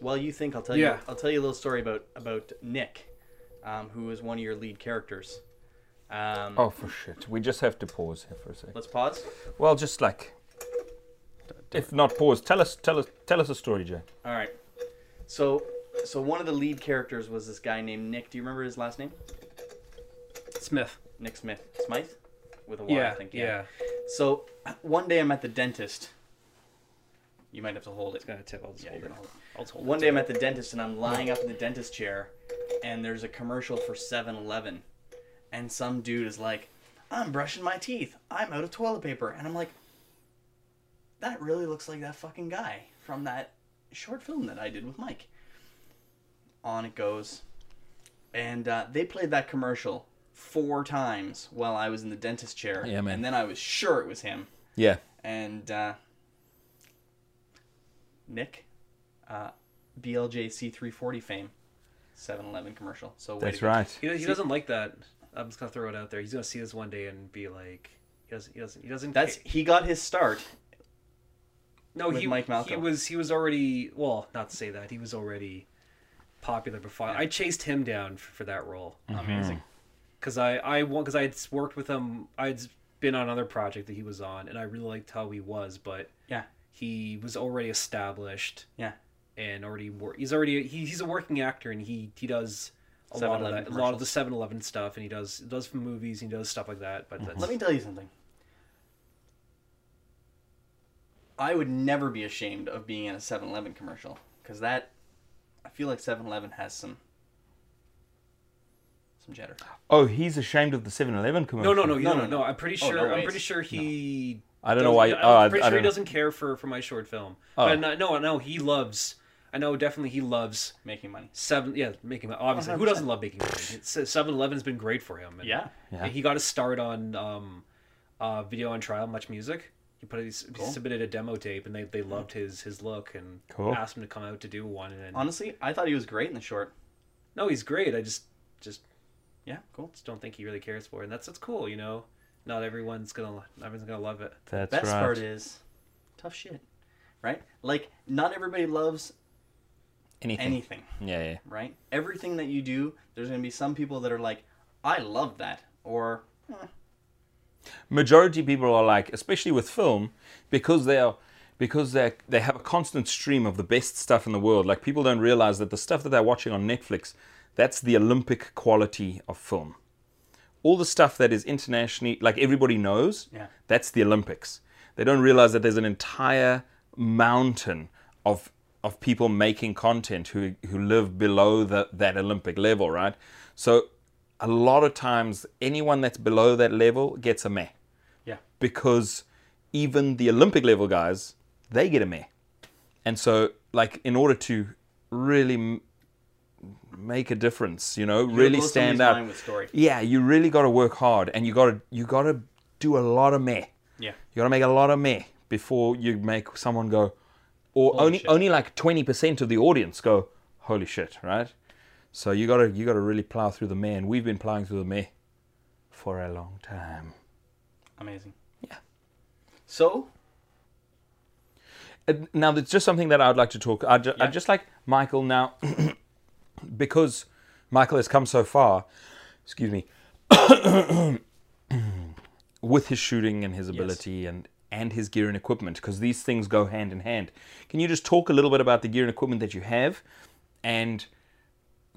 While you think, I'll tell you.
Yeah.
I'll tell you a little story about about Nick, um, who was one of your lead characters. Um,
Oh for shit. We just have to pause here for a second.
Let's pause.
Well, just like if not pause, tell us tell us tell us a story, Jay.
All right. So, so one of the lead characters was this guy named Nick. Do you remember his last name?
Smith.
Nick Smith. Smythe, with a Y, I
Yeah,
think.
yeah,
So, one day I'm at the dentist. You might have to hold it.
Got a tip. I'll just
Yeah,
hold
you're
it.
gonna hold it.
I'll just hold
One
it.
day I'm at the dentist and I'm lying up in the dentist chair, and there's a commercial for 7 Eleven. And some dude is like, I'm brushing my teeth. I'm out of toilet paper. And I'm like, that really looks like that fucking guy from that short film that I did with Mike. On it goes. And uh, they played that commercial four times while I was in the dentist chair.
Yeah, man.
And then I was sure it was him
Yeah.
and uh, Nick, uh, BLJC340 fame, 7-Eleven commercial. So way
That's
to go.
right.
He, he doesn't like that. I'm just gonna throw it out there. He's gonna see this one day and be like, he doesn't. He doesn't. He doesn't.
That's
ca-
he got his start.
no.
with
He,
Mike
he
Malcolm.
was. He was already. Well, not to say that. He was already popular before. I chased him down for, for that role
Mm-hmm.
Amazing.
because I I because I had worked with him. I'd been on another project that he was on, and I really liked how he was, but
Yeah,
he was already established
yeah.
and already wor- he's already he, he's a working actor and he he does a lot of
7-Eleven
that, a lot of the 7-Eleven stuff and he does does from movies and he does stuff like that
Mm-hmm.
but that's,
Let me tell you something. I would never be ashamed of being in a 7-Eleven commercial because that, I feel like 7-Eleven has some, some cheddar.
Oh, he's ashamed of the 7-Eleven
No,
commercial.
no, no, no,
No,
no,
no,
no. I'm pretty
Oh,
sure.
no
I'm
ways.
pretty sure he.
I don't know
doesn't-
why-
I'm
oh, I-
pretty
I
sure he
don't-
doesn't care for for my short film.
Oh.
But no, no, no, he loves. I know definitely he loves
Making money.
seven. Yeah, making money. Obviously, who doesn't love making money? uh, Seven Eleven's been great for him. and-
Yeah.
Yeah.
He got a start on um, uh, video on trial, much music. He put he submitted a demo tape, and they, they loved his his look and
Cool.
asked him to come out to do one. And then,
Honestly, I thought he was great in the short.
no, he's great. I just just
Yeah, cool.
just don't think he really cares for it, and that's that's cool, you know. Not everyone's gonna. not Everyone's gonna love it.
That's
Best
right.
part is tough shit, right? Like not everybody loves
anything.
anything,
Yeah, yeah.
right? Everything that you do, there's gonna be some people that are like, I love that, or
majority people are like, especially with film, because they are because they they have a constant stream of the best stuff in the world. Like people don't realize that the stuff that they're watching on Netflix, that's the Olympic quality of film. All the stuff that is internationally, like everybody knows,
Yeah.
that's the Olympics. They don't realize that there's an entire mountain of of people making content who who live below the, that Olympic level, right? So a lot of times anyone that's below that level gets a meh
yeah,
because even the Olympic level guys, they get a meh. And so, like, in order to really m- make a difference, you know, really
blow
stand
somebody's
out.
mind with story.
Yeah, you really got to work hard, and you got to you got to do a lot of meh.
yeah,
You got to make a lot of meh before you make someone go, or only
shit.
only like twenty percent of the audience go, holy shit, right? So you gotta you gotta really plow through the meh, and we've been plowing through the meh for a long time.
amazing.
Yeah.
So
Uh, now there's just something that I'd like to talk. I'd, ju-
Yeah.
I'd just like Michael now, because Michael has come so far. Excuse me. with his shooting and his ability and and his gear and equipment, because these things go hand in hand. Can you just talk a little bit about the gear and equipment that you have, and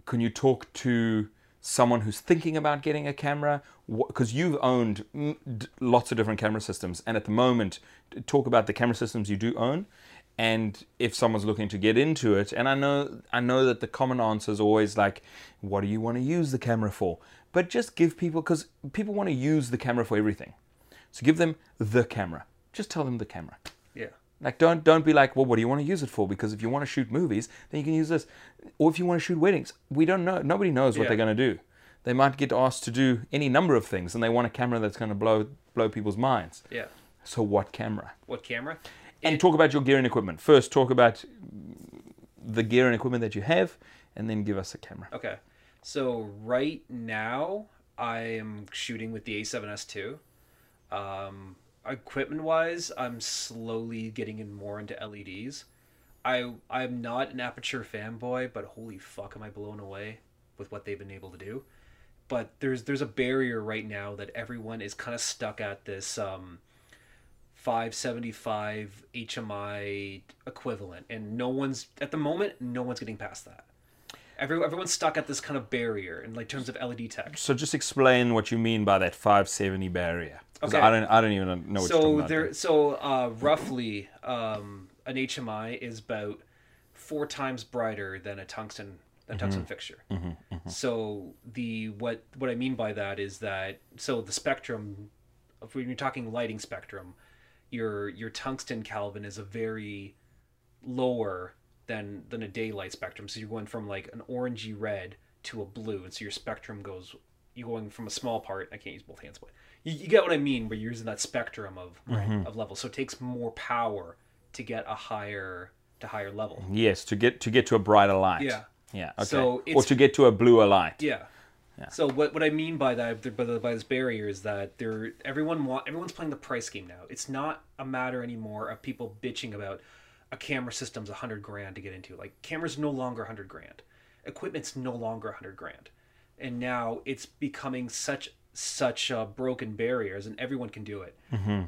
can you talk to someone who's thinking about getting a camera because you've owned mm, d- lots of different camera systems and at the moment t- talk about the camera systems you do own and if someone's looking to get into it and i know i know that the common answer is always like what do you want to use the camera for but just give people because people want to use the camera for everything so give them the camera just tell them the camera
Yeah.
like don't don't be like, well, what do you want to use it for? Because if you want to shoot movies, then you can use this. Or if you want to shoot weddings, we don't know. Nobody knows what
Yeah.
they're going to do. They might get asked to do any number of things, and they want a camera that's going to blow blow people's minds.
Yeah.
So what camera?
What camera?
And talk about your gear and equipment first. Talk about the gear and equipment that you have, and then give us a camera.
Okay. So right now I am shooting with the A7S II. Um, equipment wise, I'm slowly getting in more into LEDs. I I'm not an aperture fanboy, but holy fuck, am I blown away with what they've been able to do. But there's there's a barrier right now that everyone is kind of stuck at this um, 575 HMI equivalent, and no one's at the moment no one's getting past that. Every, everyone's stuck at this kind of barrier in like terms of LED tech.
So just explain what you mean by that 570 barrier. 'Cause
Okay.
I don't I don't even know what you're talking
so
about.
there, so uh, roughly, um, an HMI is about four times brighter than a tungsten
Mm-hmm.
than a tungsten fixture. So the what what I mean by that is that so the spectrum, if when you're talking lighting spectrum, your your tungsten Kelvin is a very lower than than a daylight spectrum. So you're going from like an orangey red to a blue, and so your spectrum goes. You're going from a small part. I can't use both hands, but you, you get what I mean. Where you're using that spectrum of of levels, so it takes more power to get a higher to higher level.
Yes, to get to get to a brighter light.
Yeah.
Yeah. Okay.
So
or
it's-
to get to a bluer light.
Yeah. So what, what I mean by that by, the, by this barrier is that there everyone want everyone's playing the price game now. It's not a matter anymore of people bitching about a camera system's a hundred grand to get into. Like cameras no longer a hundred grand, equipment's no longer a hundred grand, and now it's becoming such such uh, broken barriers, and everyone can do it.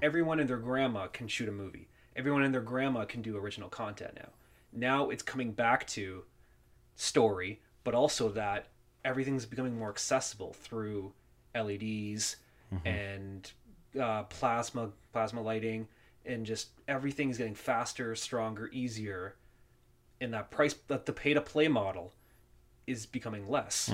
Everyone and their grandma can shoot a movie. Everyone and their grandma can do original content now. Now it's coming back to story, but also that everything's becoming more accessible through LEDs and uh, plasma plasma lighting, and just everything's getting faster, stronger, easier. And that price that the pay to play model is becoming less.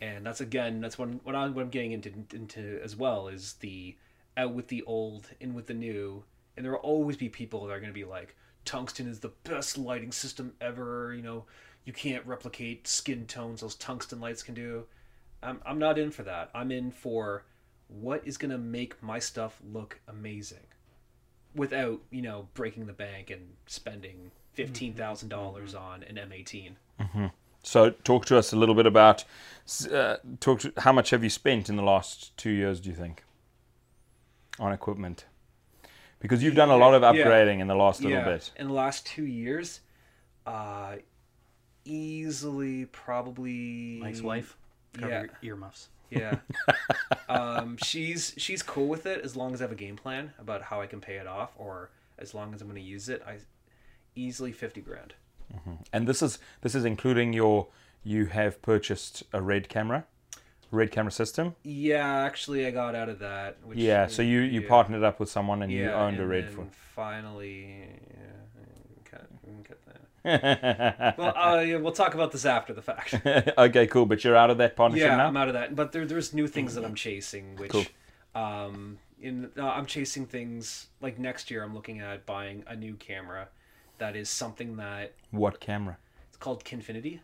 And that's again that's when what I'm what I'm getting into into as well is the out with the old, in with the new, and there will always be people that are going to be like, tungsten is the best lighting system ever. You know, you can't replicate skin tones those tungsten lights can do. I'm I'm not in for that. I'm in for what is going to make my stuff look amazing, without you know breaking the bank and spending fifteen thousand dollars on an M18.
So talk to us a little bit about s- uh, talk to, how much have you spent in the last two years? Do you think? on equipment? Because you've done a lot of
Yeah.
upgrading in the last little
yeah,
bit.
in the last two years, uh, easily probably
Mike's wife. Cover
Yeah.
your earmuffs.
Yeah. um, she's she's cool with it as long as I have a game plan about how I can pay it off, or as long as I'm going to use it. I easily fifty grand.
And this is this is including your you have purchased a red camera, red camera system.
Yeah, actually, I got out of that. Which,
Yeah, so you you
yeah.
partnered up with someone and you
Yeah,
owned a
and
red
then
phone.
Finally, yeah, cut, cut that.
okay,
Well, uh, yeah, we'll talk about this after the fact.
cool. But you're out of that partnership
yeah,
now.
I'm out of that. But there, there's new things that I'm chasing, which,
Cool.
um, in uh, I'm chasing things like next year. I'm looking at buying a new camera, that is something that
What camera?
It's called Kinfinity.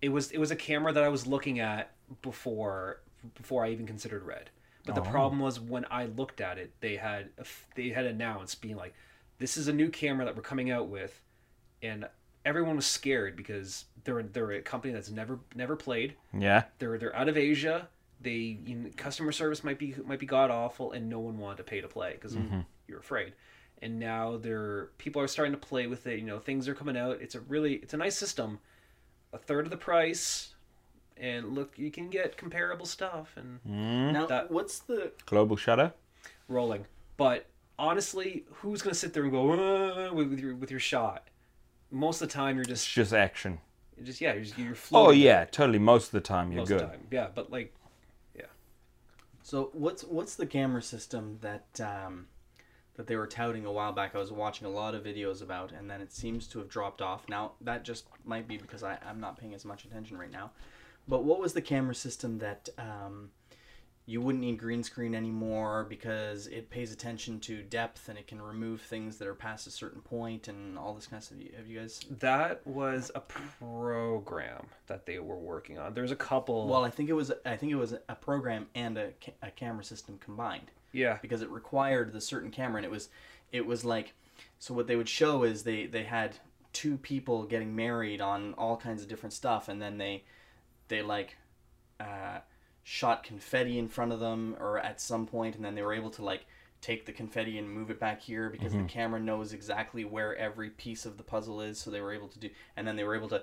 It was it was a camera that I was looking at before before I even considered red. But the problem was when I looked at it, they had they had announced being like, "This is a new camera that we're coming out with," and everyone was scared because they're they're a company that's never never played.
Yeah.
They're they're out of Asia. They you know, customer service might be might be god awful, and no one wanted to pay to play because
Mm-hmm.
you're afraid. And now they're people are starting to play with it. You know, things are coming out. It's a really it's a nice system. A third of the price, and look, you can get comparable stuff and
Hmm.
Now,
That-
what's the
Mm. Global shutter.
rolling. But honestly, who's gonna sit there and go "Uh," with with your with your shot? Most of the time, you're
It's
just
just action.
you're just yeah, you're, just, you're
Oh
floating.
yeah, totally. Most of the time you're
most
good.
of the time, yeah. But like,
so what's what's the camera system that um, that they were touting a while back? I was watching a lot of videos about, and then it seems to have dropped off. Now that just might be because I, I'm not paying as much attention right now. But what was the camera system that um, you wouldn't need green screen anymore because it pays attention to depth and it can remove things that are past a certain point and all this kind of stuff? Have you guys?
That was a program that they were working on. There's a couple.
Well, I think it was I think it was a program and a, ca- a camera system combined.
yeah,
because it required the certain camera and it was it was like so what they would show is they they had two people getting married on all kinds of different stuff and then they they like uh, shot confetti in front of them or at some point and then they were able to like take the confetti and move it back here because
Mm-hmm.
the camera knows exactly where every piece of the puzzle is so they were able to do and then they were able to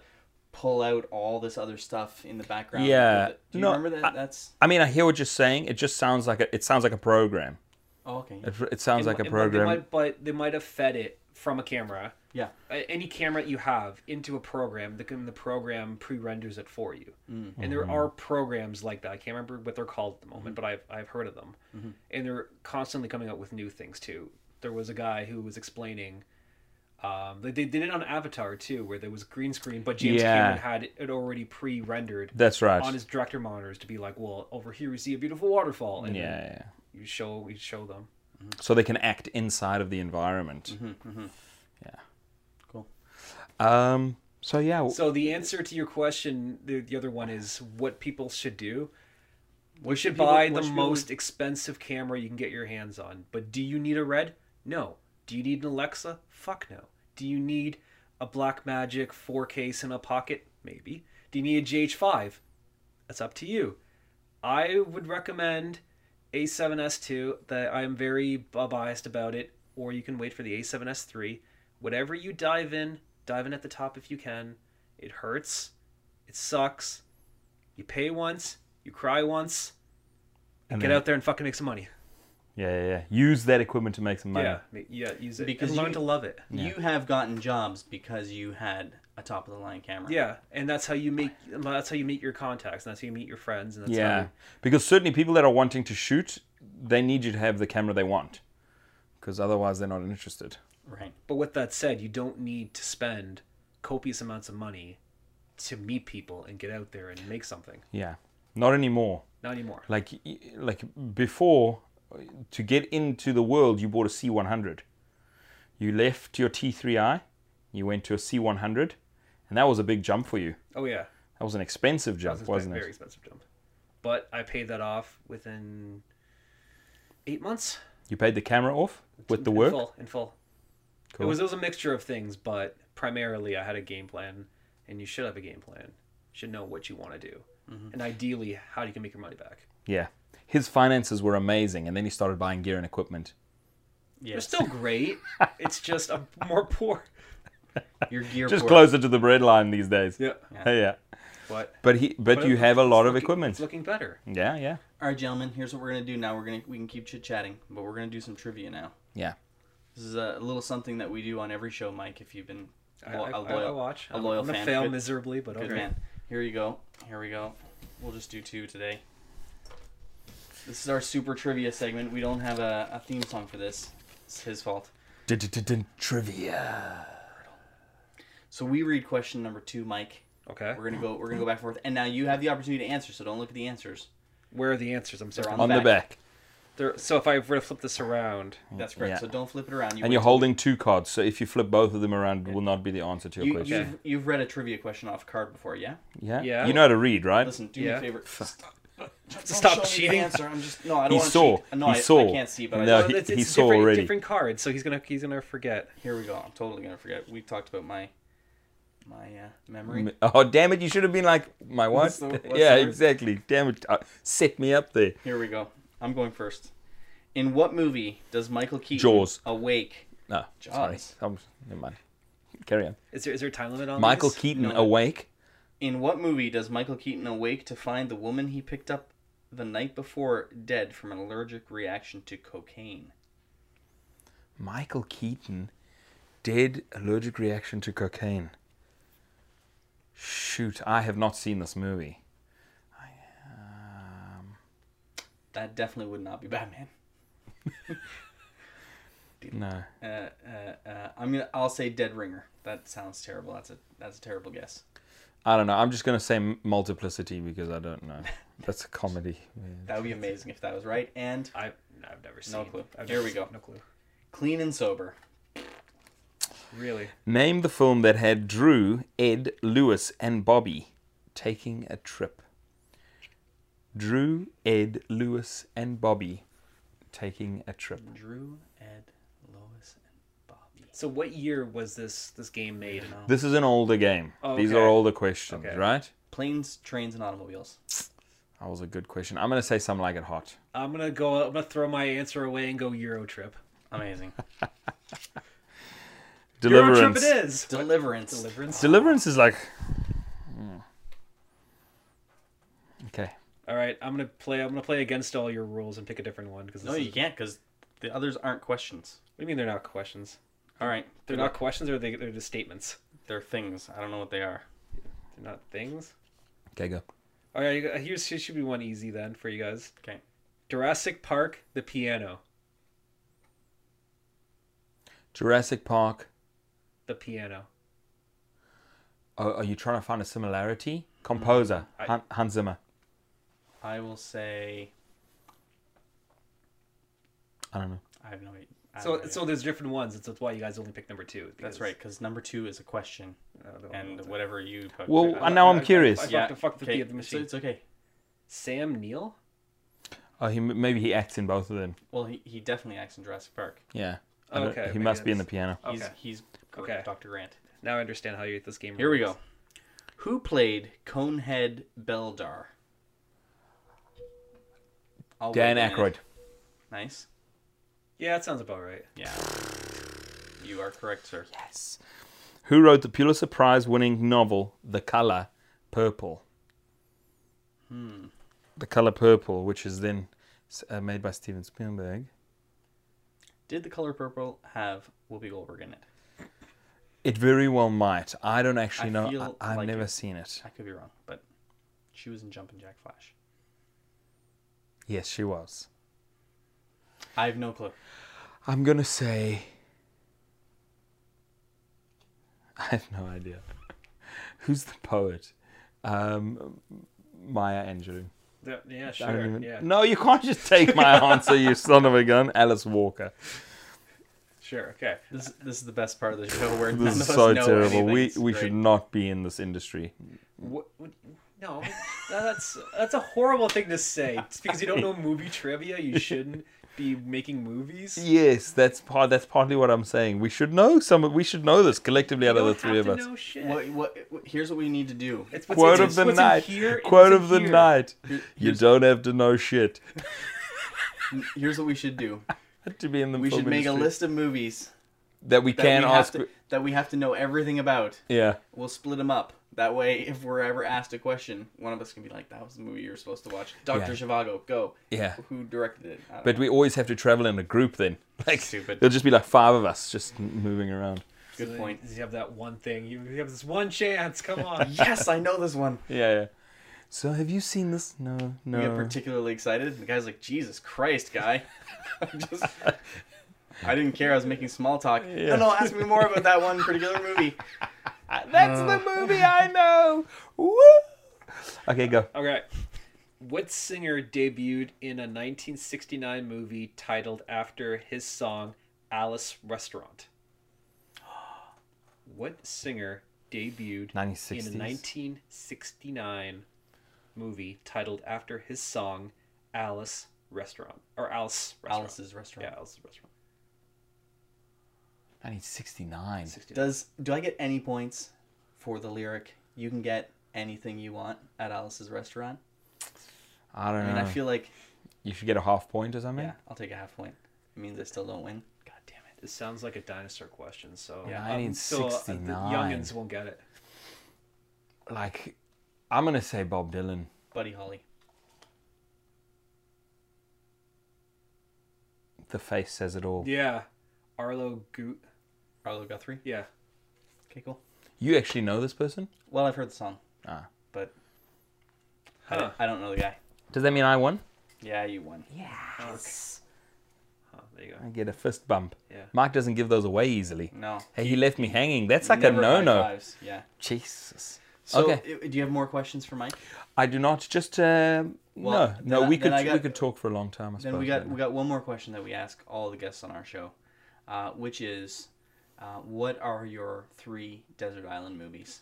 pull out all this other stuff in the background
Yeah.
do you
No,
remember that
I-
that's
I mean, I hear what you're saying. It just sounds like a, it sounds like a program.
oh, okay
It, it sounds like a
And- but They
program.
might, but they might have fed it from a camera,
yeah
a- any camera you have, into a program. The, the program pre-renders it for you.
Mm.
And there are programs like that. I can't remember what they're called at the
Mm-hmm.
moment, but I've I've heard of them. And they're constantly coming up with new things too. There was a guy who was explaining. Um, they, they did it on Avatar too, where there was green screen, but James
Yeah.
Cameron had it already pre-rendered.
That's right.
on his director monitors to be like, well, over here we see a beautiful waterfall, and
yeah,
then
yeah.
you show you show them.
So they can act inside of the environment.
Hmm, cool
Um. So yeah.
Oh.
w-
Mm-hmm. So the answer to your question, the, the other one is what people should do. We should
people-
buy
what
the
should people-
most expensive camera you can get your hands on. But do you need a red? No. Do you need an Alexa? Fuck no. Do you need a Blackmagic 4K in a pocket? Maybe. Do you need a GH5? That's up to you. I would recommend A7S2. That I'm very bu- biased about it, or you can wait for the A7S3. Whatever you dive in, dive in at the top if you can. It hurts. It sucks. You pay once, you cry once.
and
Get
then-
out there and fucking make some money.
Yeah, yeah, yeah. Use that equipment to make some money.
Yeah, ma- yeah, use
Because
it because and learn
you-
to love it.
You have gotten jobs because you had a top of the line camera.
Yeah, and that's how you make. That's how you meet your contacts. And that's how you meet your friends. And that's
Yeah,
how
because certainly people that are wanting to shoot, they need you to have the camera they want, because otherwise they're not interested.
Right.
But with that said, you don't need to spend copious amounts of money to meet people and get out there and make something.
Yeah, not anymore.
Not anymore.
Like, y- like before, to get into the world, you bought a C100. You left your T3i, you went to a C100, and that was a big jump for you.
Oh yeah,
That was an expensive
that was
jump,
expen-
wasn't
very
it?
expensive jump. But I paid that off within eight months.
You paid the camera off with the
in
work.
full, in full.
Cool.
It was it was a mixture of things, but primarily I had a game plan, and you should have a game plan. You should know what you want to do, and ideally how you can make your money back.
Yeah. His finances were amazing, and then he started buying gear and equipment.
Yes.
They're still great. it's just I'm more poor.
Your gear.
Just
port.
closer to the bread line these days.
Yeah.
Yeah.
But
But he, but
But
you
it-
have a lot of
looking-
equipment.
It's looking better.
Yeah, yeah,
All right, gentlemen. Here's what we're gonna do now. We're gonna we can keep chit chatting, but we're gonna do some trivia now.
yeah.
This is a little something that we do on every show, Mike. If you've been
I,
lo-
I,
a
I- I
loyal,
watch.
a loyal
I'm gonna
fan.
fail
Good-
miserably, but
good
okay.
man. Here you go. Here we go. We'll just do two today. This is our super trivia segment. We don't have a, a theme song for this. It's his fault.
Dun-dun-dun-dun, Trivia.
So we read question number two, Mike.
Okay.
We're gonna go. We're gonna go back and forth. And now you have the opportunity to answer. So don't look at the answers.
Where are the answers? I'm sorry.
on
On the back.
There- so if I were to flip this around,
That's correct.
Mm, Yeah.
So don't flip it around.
And
You wait
you're holding two cards, so if you flip both of them around, it will not be the answer to your
You,
question.
you've, you've read a trivia question off a card before, yeah?
Yeah?
Yeah.
You know how to read, right?
Listen, do me
Yeah.
a favor.
Stop
show me the
cheating.
answer. I'm just no. I don't
He
wanna
saw.
Cheat. No,
He
I,
saw.
I can't see, but I,
No,
Well,
he-
it's, it's
he saw
different,
already.
different cards, so he's gonna he's gonna forget.
here we go. I'm totally gonna forget. We talked about my my uh, memory.
M- Oh, damn it. You should have been like, my what?
What's the- what's the
yeah,
word?
exactly. Damn it. Uh, set me up there.
Here we go. I'm going first. In what movie does Michael Keaton
Jaws.
awake?
No, sorry.
Jaws. Um,
I'm, never mind. Carry on.
Is there is there a time limit on
Michael
these?
Keaton
no.
awake.
In what movie does Michael Keaton awake to find the woman he picked up the night before dead from an allergic reaction to cocaine?
Michael Keaton, dead allergic reaction to cocaine. Shoot, I have not seen this movie.
That definitely would not be Batman.
No.
uh, uh, uh, I'm gonna. I'll say Dead Ringer. That sounds terrible. That's a that's a terrible guess.
I don't know. I'm just going to say M- multiplicity because I don't know. That's a comedy.
That would be amazing if that was right. And
I I've never seen.
clue.
I've
Here
never
we
seen-
go.
No clue.
Clean and Sober.
Really.
Name the film that had Drew, Ed, Lewis, and Bobby taking a trip. Drew, Ed, Lewis, and Bobby taking a trip.
Drew, Ed, Lois, and Bobby.
So what year was this this game made?
No.
This is an older game.
Oh,
These
okay.
are older questions,
Okay.
right?
Planes, trains, and automobiles.
That was a good question. I'm going to say something like it hot.
I'm gonna go. I'm gonna throw my answer away and go Euro trip.
Amazing.
Euro trip
Deliverance.
it is.
Deliverance.
Deliverance.
Deliverance is like. hmm. Okay.
All right, I'm gonna play. I'm gonna play against all your rules and pick a different one because
No, you can't, because the others aren't questions.
What do you mean they're not questions?
All right,
They're not questions, or they they're just statements.
They're things. I don't know what they are.
They're not things.
Okay, go.
All right, you- uh, here's here should be one easy then for you guys.
Okay.
Jurassic Park, the piano,
Jurassic Park.
the piano.
Oh, are you trying to find a similarity? Composer.
I-
Han, Hans Zimmer.
I will say.
I don't know.
I have no idea. I
So
don't know
so there's different ones. That's why you guys only picked number two.
Ah, That's
because- uh,
right, because number two is a question,
I don't know.
and whatever you. put-
Well,
I-
I know- now I'm
I- I-
curious.
I, fucked-
Yeah.
I fucked the,
okay,
the, the
it's,
machine.
it's okay.
Sam Neill.
Oh, he maybe he acts in both of them.
Well, he, he definitely acts in Jurassic Park.
Yeah. I
Oh,
don't-
okay,
He
maybe
must be in the
that's-
piano.
He's
Okay.
he's great,
Okay.
Dr. Grant.
Now I understand how you get this game.
Here we go.
rules.
Who played Conehead Beldar? I'll
Dan
wait a minute.
Aykroyd.
Nice.
Yeah, that sounds about right.
Yeah. You are correct, sir.
Yes. Who wrote the Pulitzer Prize winning novel The Color Purple?
Hmm.
The Color Purple, which is then uh, made by Steven Spielberg.
Did the color purple have Whoopi Goldberg in it?
It very well might. I don't actually
I
know.
feel
I, I've
like
never
it.
seen it.
I could be wrong, but she was in Jumpin' Jack Flash.
Yes, she was.
I have no clue.
I'm gonna say. I have no idea. Who's the poet? Um, Maya Angelou.
The- yeah,
I don't
sure.
even-
Yeah,
No, you can't just take my answer, you son of a gun. Alice Walker.
sure. Okay.
This this is the best part of the show where none
This
of
is
us
so
know
terrible.
anything.
We
It's
we
great.
should not be in this industry.
What, what, no, that's that's a horrible thing to say. It's because you don't know movie trivia, you shouldn't be making movies.
Yes, that's part. That's partly what I'm saying. We should know some. We should know this collectively out of the three of us.
What, what, here's what we need to do.
Quote of the night. Quote of the night. You
here's-
don't have to know shit
Here's what we should do.
to be in the
We
film
should make a
industry.
list of movies
that we
that
can
we
ask.
have to, that we have to know everything about.
Yeah,
We'll split them up. That way, if we're ever asked a question, one of us can be like, "That was the movie you were supposed to watch." Doctor Zhivago, go.
yeah.
Who directed it? I don't
But
know.
we always have to travel in a group then. Like
Stupid.
There'll just be like five of us just m- moving around.
good point.
You have that one thing. You you have this one chance. Come on.
yes, I know this one.
Yeah. yeah. So have you seen this? No,
We get
no.
particularly excited. The guy's like, "Jesus Christ, guy!" I just, I didn't care. I was making small talk.
Yeah.
Oh no, ask me more about that one particular movie.
Ah, That's the movie I know. Woo! Okay, go.
Okay. What singer debuted in a 1969 movie titled after his song Alice Restaurant? What singer debuted in a
1960s.
1969 movie titled after his song Alice Restaurant? Or Alice Restaurant.
Alice's restaurant.
Yeah, Alice Restaurant.
1969.
69.
Does do I get any points for the lyric? You can get anything you want at Alice's restaurant.
I don't
I
know.
mean, I feel like
you should get a half point or something.
yeah, I'll take a half point. It means I still don't win.
God damn it. This sounds like a dinosaur question, so
Yeah,
um, so, uh, the
1969.
youngins won't get it.
Like, I'm gonna say Bob Dylan.
Buddy Holly.
The face says it all.
Yeah. Arlo Goot.
Arlo Guthrie.
Yeah.
Okay, cool.
You actually know this person?
Well, I've heard the song,
Ah.
but I-
Huh.
I, don't know the guy.
Does that mean I won?
Yeah, you won.
Yes.
Huh, there you go.
I get a fist bump.
Yeah.
Mike doesn't give those away easily.
No.
Hey, he left me hanging. That's like
Never
a no-no.
high-fives, Yeah.
Jesus.
So,
okay.
i- do you have more questions for Mike?
I do not just. Um, no,
Well, then
no.
I-
we could
then I
we
got-
could talk for a long time. I suppose.
Then we got
don't
we got one more question that we ask all the guests on our show, uh, which is, uh, what are your three desert island movies?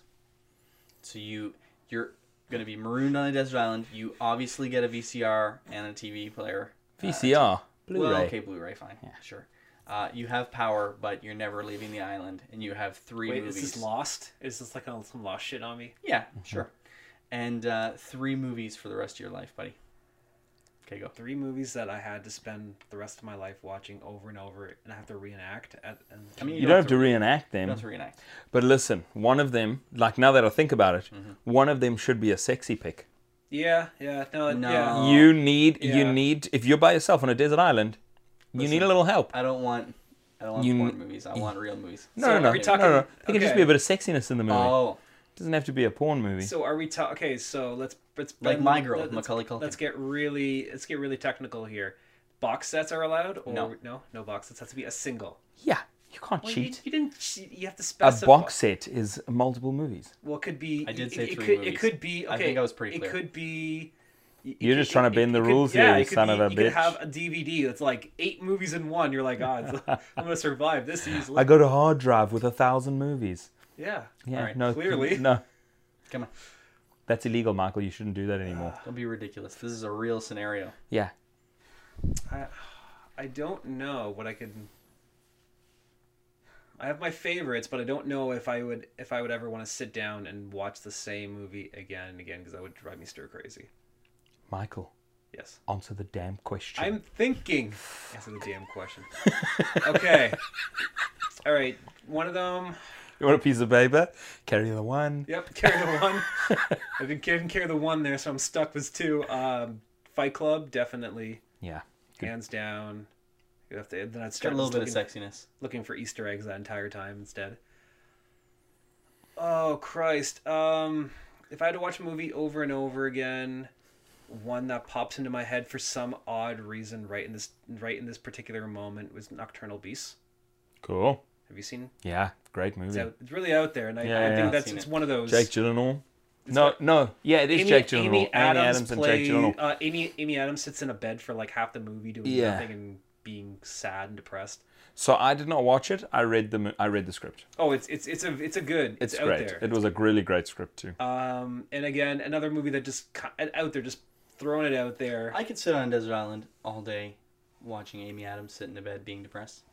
So you you're gonna be marooned on a desert island. You obviously get a VCR and a TV player. Uh,
we? VCR, Blu-ray.
Well, okay, Blu-ray, fine, sure. Uh, you have power, but you're never leaving the island, and you have three
Wait,
movies.
is this lost? Is this like a, some lost shit on me?
Yeah,
Mm-hmm.
sure. And uh, three movies for the rest of your life, buddy. Okay,
Mm-hmm.
go.
Three movies that I had to spend the rest of my life watching over and over, and I have to reenact. At, and
I mean,
You don't have to
re-
reenact
you
them,
don't have to reenact.
but listen. One of them, like now that I think about it,
Mm-hmm.
one of them should be a sexy pick.
yeah, yeah, no,
No.
yeah.
Oh,
you need,
yeah.
you need. If you're by yourself on a desert island, you need a little help.
I don't want. I don't want
You-
porn movies. I want real movies.
No,
So
no, no,
are we
no,
talking-
no, no. There can just
okay.
be a bit of sexiness in the movie.
Oh,
It doesn't have to be a porn movie.
So are we talking? Okay, so let's let's
like my girl,
let's-
Macaulay Culkin.
Let's get really let's get really technical here. Box sets are allowed, or
No.
no, no box sets. Has to be a single.
yeah, you can't
Well, you-
cheat.
You, didn't cheat. You have to
a
specify.
box set is multiple movies.
Well, it could be.
I did
it-
say
it,
three
could,
movies.
It could be.
I
Okay,
think I was pretty
It
clear.
could be. it-
You're
it-
just trying to
it-
bend
it
the
could-
rules
yeah,
here,
it
you
could
son
be-
of a
You could
bitch.
have a DVD that's like eight movies in one. You're like, oh, it's- I'm gonna survive this easily.
I got a hard drive with a thousand movies.
yeah.
Yeah,
right,
no,
clearly.
no.
Come on,
That's illegal, Michael. You shouldn't do that anymore.
don't be ridiculous. This is a real scenario.
Yeah.
I, I don't know what I could. I have my favorites, but I don't know if I would if I would ever want to sit down and watch the same movie again and again because that would drive me stir crazy.
Michael,
Yes.
answer the damn question.
I'm thinking. Answer the damn question. Okay. All right. One of them.
You want a piece of paper? Carry the one.
Yep. Carry the one. I didn't, didn't carry the one there, so I'm stuck with two. Um, Fight Club, definitely,
Yeah.
hands down. You have to. Then I'd
Got
start
a little
just
bit of
looking-
sexiness.
looking for Easter eggs that entire time instead. Oh Christ! Um, if I had to watch a movie over and over again, one that pops into my head for some odd reason right in this right in this particular moment was Nocturnal Beasts.
Cool.
uh, Oh, Um, uh,
watching Amy Adams sit in the bed being depressed.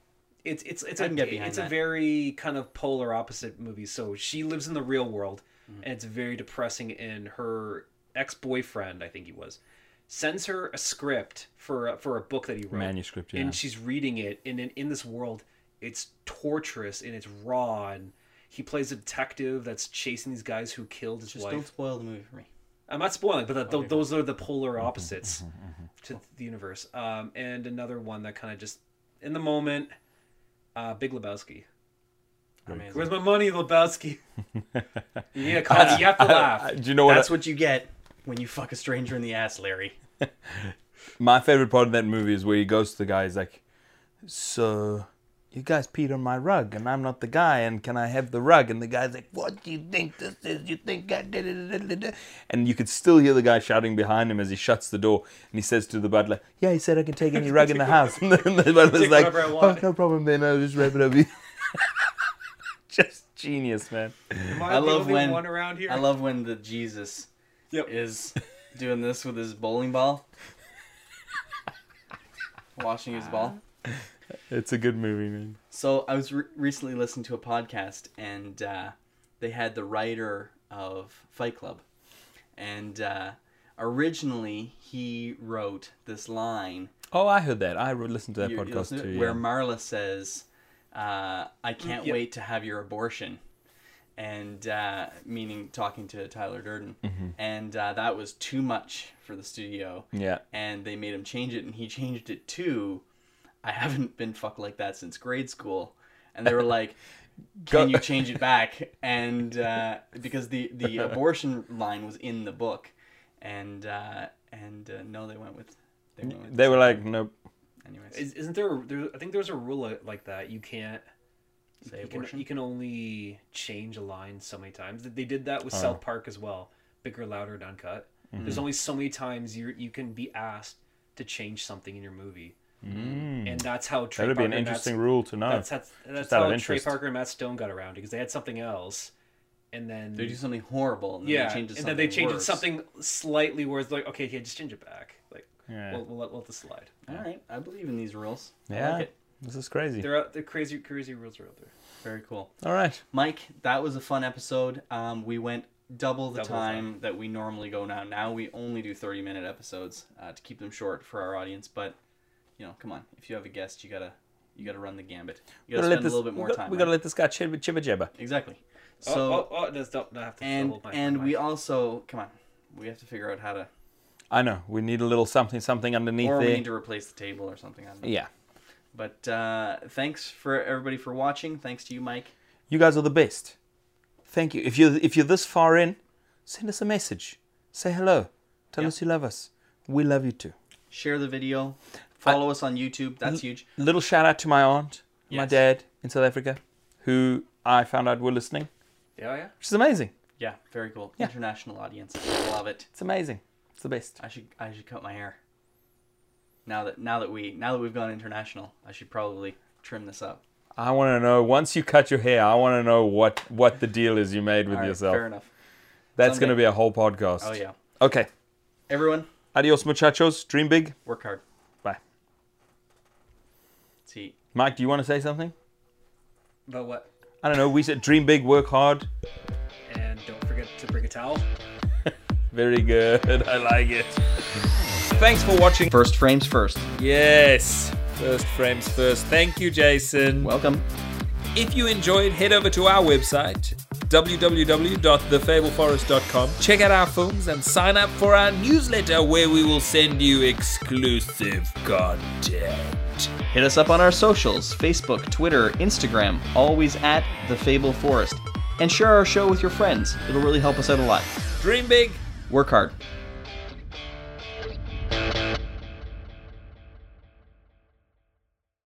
It's it's it's
I
a
can get behind
it's a
that.
very kind of polar opposite movie. So she lives in the real world,
Mm-hmm.
and it's very depressing. And her ex boyfriend, I think he was, sends her a script for a, for a book that he wrote,
Manuscript, yeah.
and she's reading it. And in in this world, it's torturous and it's raw. And he plays a detective that's chasing these guys who killed his
Just
wife.
don't spoil the movie for me.
I'm not spoiling, but that, th- those are the polar
Mm-hmm,
opposites to the universe. Um, and another one that kind of just in the moment, uh, Big Lebowski.
Amazing.
Where's my money, Lebowski? you need a call. You have to laugh.
Uh, do you know what?
That's what you get when you fuck a stranger in the ass, Larry.
My favorite part of that movie is where he goes to the guy. He's like, "So, you guys peed on my rug, and I'm not the guy, and can I have the rug?" And the guy's like, "What do you think this is? You think I did it?" And you could still hear the guy shouting behind him as he shuts the door, and he says to the butler, "Yeah, he said I can take any rug in the house." And the the butler's
Take
like,
whatever I
"Oh,
want."
no problem. Then I'll just wrap it up." Just genius, man.
I love when
one around here.
I love when the Jesus
Yep.
is doing this with his bowling ball, washing his ball.
It's a good movie, man.
So I was re- recently listening to a podcast, and uh, they had the writer of Fight Club, and uh, originally he wrote this line
Oh, I heard that. I re- listened to that
you- you
podcast
listen to
too.
it,
yeah.
where Marla says, uh, "I can't
yeah.
wait to have your abortion," and uh, meaning talking to Tyler Durden, and uh, that was too much for the studio,
Mm-hmm. yeah.
and they made him change it, and he changed it to, "I haven't been fucked like that since grade school," and they were like.
Go-
Can you change it back? And uh, because the, the abortion line was in the book, and uh, and uh, no, they went with they went with
They were like, nope.
anyways.
Is, isn't there, there? I think there's a rule li- like that. You can't.
say
You
abortion.
can, you can only change a line so many times. They- They did
Oh.
that with South Park as well. Bigger, louder, and uncut.
Mm-hmm.
There's only so many times you you can be asked to change something in your movie, and that's how Trey
Mm. That would be an
Parker and Matt
interesting rule to know.
That's that's, that's
out of
how Trey
interest.
Parker and Matt Stone got around it because they had something else, and then
They do something horrible, and then
yeah,
they change it to
and
something
then they changed it
worse.
something slightly worse. Like okay, yeah, just change it back. Like
Yeah.
we'll, we'll let, let this slide.
All right, I believe in these rules. I
yeah,
like it.
this is crazy.
They're out. The crazy crazy rules are out there.
Very cool,
All right,
Mike. That was a fun episode. Um, we went double the
Double the
time that we normally go now. Now we only do thirty-minute episodes uh, to keep them short for our audience. But you know, come on, if you have a guest, you gotta you gotta run the gambit. You gotta
Gotta
spend
this,
a little bit more
we got-
time.
We gotta
right?
let this guy chibber chibber jabber.
Exactly. So
oh, oh, oh, no, stop! No, I have to
and
hold my-
and
my-
we also come on, we have to figure out how to,
I know. We need a little something something underneath
or we
there.
need to replace the table or something. I don't know.
Yeah,
But uh, thanks for everybody for watching. Thanks to you, Mike.
you guys are the best. Thank you. If you if you're this far in, send us a message. Say hello. Tell
Yeah.
us you love us. We love you too.
Share the video. Follow us on YouTube. That's huge.
Little shout out to my aunt, my
Yes.
dad in South Africa, who I found out were listening,
yeah yeah.
which is amazing.
Yeah, very cool. International audience. Love it.
It's amazing. It's the best.
I should I should cut my hair. Now that now that we now that we've gone international, I should probably trim this up.
I want to know. Once you cut your hair, I want to know what what the deal is you made with
All right,
yourself.
fair enough.
That's
Someday.
going to be a whole podcast.
Oh yeah.
Okay.
Everyone,
Adios, muchachos. Dream big.
work hard.
Bye.
See.
Mike, do you want to say something?
But what?
I don't know. We said dream big, work hard.
And don't forget to bring a towel.
Very good. I like it. Thanks for watching.
First frames first.
Yes. First frames first. Thank you, Jason.
Welcome.
If you enjoyed, head over to our website, www.thefableforest.com. Check out our films and sign up for our newsletter where we will send you exclusive content.
Hit us up on our socials Facebook, Twitter, Instagram, always at The Fable Forest. And share our show with your friends. It'll really help us out a lot.
Dream big,
Work hard.